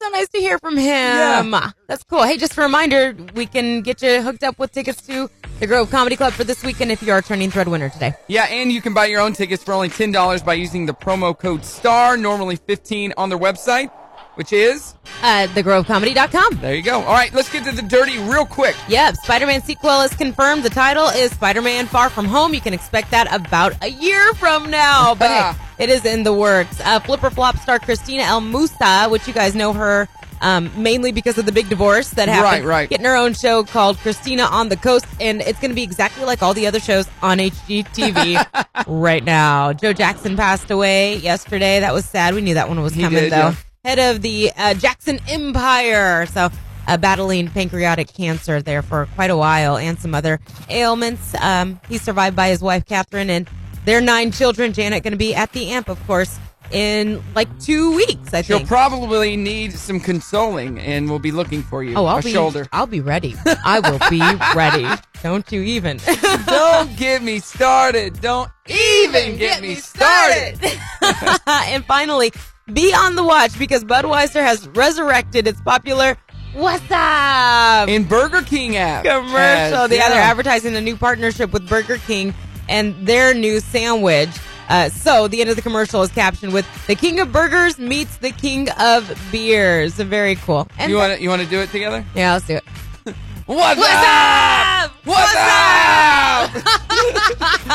Speaker 2: So nice to hear from him. That's cool. Hey, just a reminder, we can get you hooked up with tickets to the Grove Comedy Club for this weekend if you are a turning thread winner today.
Speaker 1: Yeah, and you can buy your own tickets for only ten dollars by using the promo code STAR, normally fifteen on their website, which is
Speaker 2: Uh, thegrovecomedy.com.
Speaker 1: there you go. All right, let's get to the dirty real quick.
Speaker 2: Yep, Spider-Man sequel is confirmed. The title is Spider-Man Far From Home. You can expect that about a year from now, but hey, it is in the works. Uh, Flipper Flop star Christina El Musa, which you guys know her um, mainly because of the big divorce that happened.
Speaker 1: Right, right.
Speaker 2: Getting her own show called Christina on the Coast, and it's going to be exactly like all the other shows on HGTV right now. Joe Jackson passed away yesterday. That was sad. We knew that one was coming,
Speaker 1: did, yeah.
Speaker 2: though head of the uh, Jackson Empire. So, uh, battling pancreatic cancer there for quite a while and some other ailments. Um, he's survived by his wife, Catherine, and their nine children. Janet going to be at the amp, of course, in like two weeks, I
Speaker 1: She'll
Speaker 2: think.
Speaker 1: probably need some consoling, and we'll be looking for you.
Speaker 2: oh, I'll
Speaker 1: a
Speaker 2: be,
Speaker 1: shoulder.
Speaker 2: I'll be ready. I will be ready. Don't you even.
Speaker 1: Don't get me started. Don't even get me started.
Speaker 2: and finally, be on the watch because Budweiser has resurrected its popular What's Up
Speaker 1: In Burger King app
Speaker 2: commercial.
Speaker 1: Yes,
Speaker 2: the other
Speaker 1: yeah.
Speaker 2: advertising a new partnership with Burger King and their new sandwich. Uh, so the end of the commercial is captioned with "The King of Burgers meets the King of Beers." Very cool. And
Speaker 1: You want to you want to do it together?
Speaker 2: yeah, let's do it.
Speaker 1: What's,
Speaker 2: What's up?
Speaker 1: What's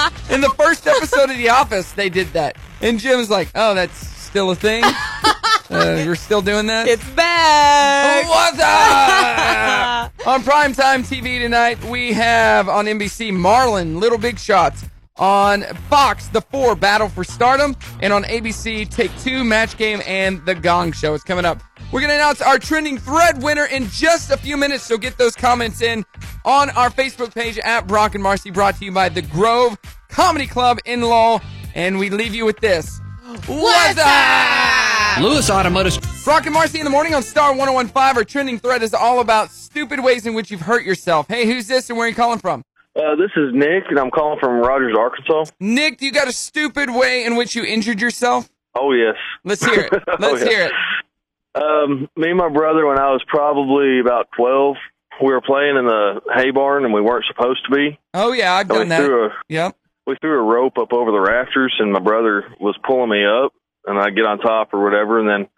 Speaker 1: up? In the first episode of The Office, they did that, and Jim's like, "Oh, that's still a thing. uh, we're still doing that." Oh,
Speaker 2: It's back.
Speaker 1: What's up? on primetime TV tonight, we have on NBC Marlin, Little Big Shots. On Fox, The Four, Battle for Stardom. And on ABC, Take Two, Match Game, and The Gong Show is coming up. We're going to announce our trending thread winner in just a few minutes, so get those comments in on our Facebook page at Brock and Marcy, brought to you by The Grove Comedy Club in Lowell. And we leave you with this. What's up?
Speaker 10: Lewis Automotive
Speaker 1: Brock and Marcy in the morning on Star 1015. Our trending thread is all about stupid ways in which you've hurt yourself. Hey, who's this and where are you calling from?
Speaker 6: Uh, this is Nick, and I'm calling from Rogers, Arkansas.
Speaker 1: Nick, do you got a stupid way in which you injured yourself?
Speaker 6: Oh yes.
Speaker 1: Let's hear it.
Speaker 6: Oh,
Speaker 1: Let's
Speaker 6: yeah.
Speaker 1: hear it.
Speaker 6: Um, me and my brother, when I was probably about twelve, we were playing in the hay barn, and we weren't supposed to be.
Speaker 1: Oh, yeah,
Speaker 6: And
Speaker 1: I've done
Speaker 6: we
Speaker 1: that.
Speaker 6: threw a
Speaker 1: Yep.
Speaker 6: we threw a rope up over the rafters, and my brother was pulling me up, and I get on top or whatever, and then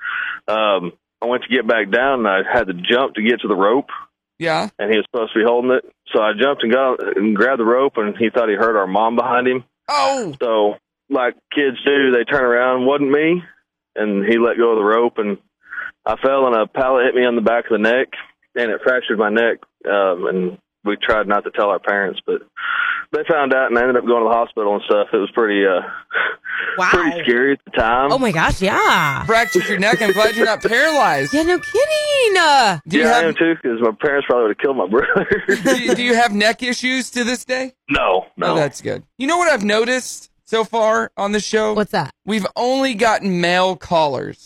Speaker 6: um, I went to get back down, and I had to jump to get to the rope,
Speaker 1: Yeah.
Speaker 6: and he was supposed to be holding it, so I jumped and got and grabbed the rope, and he thought he heard our mom behind him.
Speaker 1: Oh,
Speaker 6: So, like kids do, they turn around, wasn't me, and he let go of the rope, and I fell, and a pallet hit me on the back of the neck, and it fractured my neck. Um, and we tried not to tell our parents, but they found out, and I ended up going to the hospital and stuff. It was pretty, uh,
Speaker 2: Wow.
Speaker 6: pretty scary at the time.
Speaker 2: Oh my gosh, yeah.
Speaker 1: fractured your neck. I'm glad you're not paralyzed.
Speaker 2: Yeah, no kidding. Uh,
Speaker 1: Do you,
Speaker 6: yeah, I am
Speaker 1: have,
Speaker 6: too, because my parents probably would have killed my brother.
Speaker 1: do, you, do you have neck issues to this day?
Speaker 6: no,
Speaker 1: Oh,
Speaker 6: no.
Speaker 1: that's good. You know what I've noticed so far on the show?
Speaker 2: what's that?
Speaker 1: We've only gotten male callers.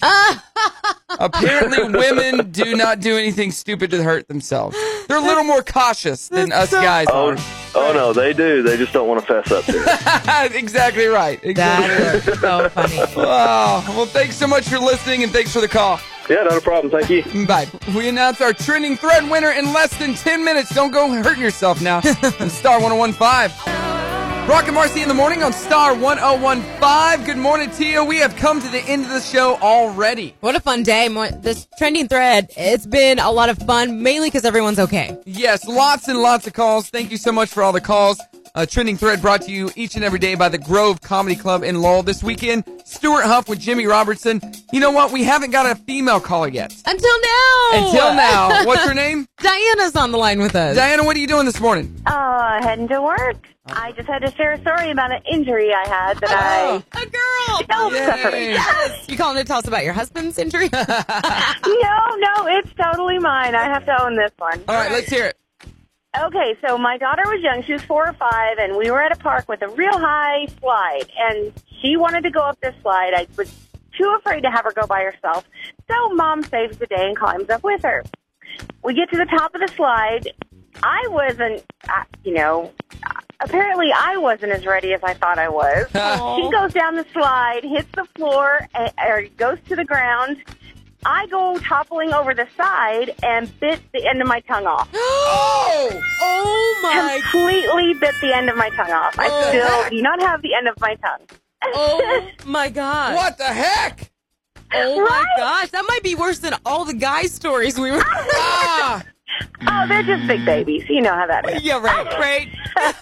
Speaker 1: Apparently, women do not do anything stupid to hurt themselves. They're a little more cautious than us guys
Speaker 6: Oh,
Speaker 1: are.
Speaker 6: oh no, they do. They just don't want to fess up to it.
Speaker 1: exactly right. Exactly.
Speaker 2: That is so funny.
Speaker 1: Wow. Well, thanks so much for listening and thanks for the call.
Speaker 6: yeah, not a problem. Thank you.
Speaker 1: Bye. We announce our trending thread winner in less than 10 minutes. Don't go hurting yourself now. And Star 1015. Brock and Marcy in the morning on Star 1015. Good morning, Tia. We have come to the end of the show already.
Speaker 2: What a fun day. Mo- This trending thread, it's been a lot of fun, mainly because everyone's okay.
Speaker 1: Yes, lots and lots of calls. Thank you so much for all the calls. Uh, trending thread brought to you each and every day by the Grove Comedy Club in Lowell. This weekend, Stuart Huff with Jimmy Robertson. You know what? We haven't got a female caller yet.
Speaker 2: Until now.
Speaker 1: Until now, what's her name?
Speaker 2: Diana's on the line with us.
Speaker 1: Diana, what are you doing this morning?
Speaker 5: Uh, heading to work.
Speaker 2: Uh-huh.
Speaker 5: I just had to share a story about an injury I had that I.
Speaker 2: Oh, a girl.
Speaker 5: No,
Speaker 1: Yay.
Speaker 2: You calling to tell us about your husband's injury?
Speaker 5: no, no, it's totally mine. I have to own this one.
Speaker 1: All right, let's hear it.
Speaker 5: Okay, so my daughter was young. She was four or five, and we were at a park with a real high slide, and she wanted to go up this slide. I was too afraid to have her go by herself, so mom saves the day and climbs up with her. We get to the top of the slide. I wasn't, uh, you know, uh, apparently I wasn't as ready as I thought I was. She goes down the slide, hits the floor, a- or goes to the ground. I go toppling over the side and bit the end of my tongue off
Speaker 1: Oh!
Speaker 2: oh my.
Speaker 5: completely bit the end of my tongue off. I
Speaker 1: Oh.
Speaker 5: still do not have the end of my tongue.
Speaker 2: Oh my God.
Speaker 1: What the heck?
Speaker 2: Oh
Speaker 5: Right?
Speaker 2: my gosh. That might be worse than all the guy stories we were.
Speaker 1: Ah!
Speaker 5: oh, they're just big babies. You know how that is.
Speaker 2: yeah, right. Right.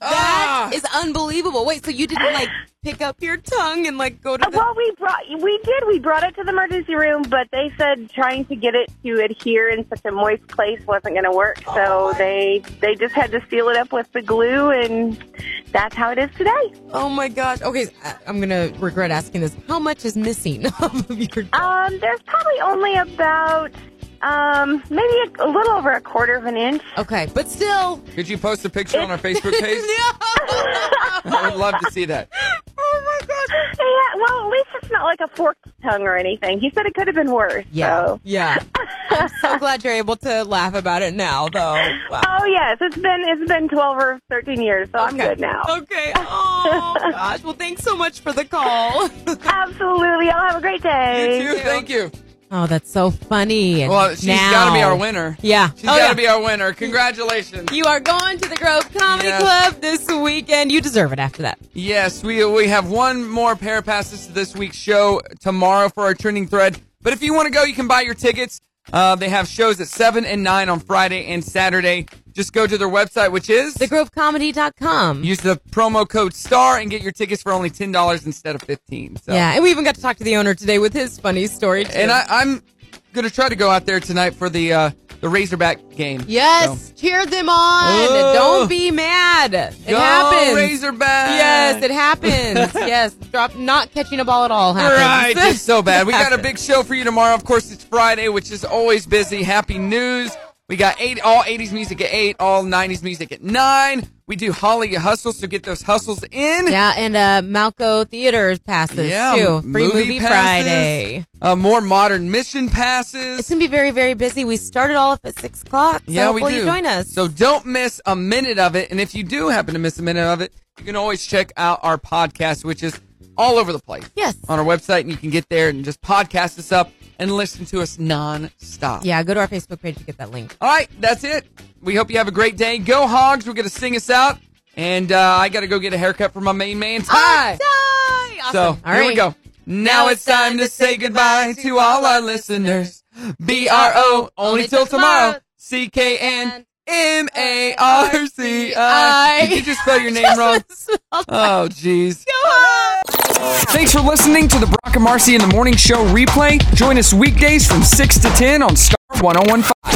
Speaker 1: ah!
Speaker 2: That is unbelievable. Wait, so you didn't like pick up your tongue and like go to the.
Speaker 5: Well, we brought we did we brought it to the emergency room, but they said trying to get it to adhere in such a moist place wasn't going to work. So they they just had to seal it up with the glue, and that's how it is today.
Speaker 2: Oh my gosh. Okay, I- I'm gonna regret asking this. How much is missing of your?
Speaker 5: Um, there's probably only about um maybe a, a little over a quarter of an inch.
Speaker 2: Okay, but still.
Speaker 1: Could you post a picture on our Facebook page? I would love to see that.
Speaker 5: Oh my god! Yeah, well, at least it's not like a forked tongue or anything. He said it could have been worse.
Speaker 2: Yeah.
Speaker 5: so.
Speaker 2: Yeah. I'm so glad you're able to laugh about it now, though. Wow.
Speaker 5: Oh yes, it's been it's been twelve or thirteen years, so Oh, I'm
Speaker 2: Okay.
Speaker 5: good now.
Speaker 2: Okay. Oh gosh. Well, thanks so much for the call.
Speaker 5: Absolutely, y'all have a great day.
Speaker 1: You too, thank you.
Speaker 2: Oh, that's so funny.
Speaker 1: Well, she's
Speaker 2: Now-
Speaker 1: got to be our winner.
Speaker 2: Yeah.
Speaker 1: She's got to be our winner. Congratulations.
Speaker 2: You are going to the Grove Comedy
Speaker 1: Yes.
Speaker 2: Club this weekend. You deserve it after that.
Speaker 1: Yes, we we have one more pair of passes to this week's show tomorrow for our trending thread. But if you want to go, you can buy your tickets. Uh, they have shows at seven and nine on Friday and Saturday. Just go to their website, which is
Speaker 2: TheGroveComedy.com.
Speaker 1: use the promo code STAR and get your tickets for only ten dollars instead of fifteen. So.
Speaker 2: Yeah, and we even got to talk to the owner today with his funny story. Too.
Speaker 1: and I, I'm gonna try to go out there tonight for the uh, the Razorback game.
Speaker 2: Yes, cheer them on.
Speaker 1: Oh.
Speaker 2: Don't be mad. It
Speaker 1: Go
Speaker 2: happens.
Speaker 1: Razorback.
Speaker 2: Yes,
Speaker 1: Uh,
Speaker 2: it happens. yes, drop not catching a ball at all
Speaker 1: All
Speaker 2: happens.
Speaker 1: right, it's so bad. We got a
Speaker 2: Happens.
Speaker 1: big show for you tomorrow. Of course, it's Friday, which is always busy. Happy news. We got eight all 80s music at 8, all 90s music at 9. We do Holly Hustle, so get those hustles in.
Speaker 2: Yeah, and uh, Malco Theaters passes
Speaker 1: Yeah,
Speaker 2: too.
Speaker 1: m-
Speaker 2: Free
Speaker 1: movie
Speaker 2: movie,
Speaker 1: passes.
Speaker 2: Friday.
Speaker 1: Uh, more modern mission
Speaker 2: It's
Speaker 1: passes.
Speaker 2: gonna be very, very busy. We started all up at six o'clock. So
Speaker 1: yeah, we
Speaker 2: hopefully
Speaker 1: do.
Speaker 2: You join us.
Speaker 1: So don't miss a minute of it. And if you do happen to miss a minute of it, you can always check out our podcast, which is all over the place.
Speaker 2: Yes.
Speaker 1: On our website, and you can get there and just podcast us up and listen to us nonstop.
Speaker 2: yeah, go to our Facebook page to get that link.
Speaker 1: All right, that's it. We hope you have a great day. Go Hogs. We're going to sing us out. And uh, I got to go get a haircut for my main man, Ty.
Speaker 2: Oh, Ty!
Speaker 1: So
Speaker 2: Awesome. All
Speaker 1: here we
Speaker 2: right.
Speaker 1: go. Now it's time to say goodbye to all our listeners. B R O, only till tomorrow. C K N M A R C I. Did you just spell your name wrong? Oh, jeez. Thanks for listening to the Brock and Marcy in the Morning Show replay. Join us weekdays from 6 to 10 on Star 1015.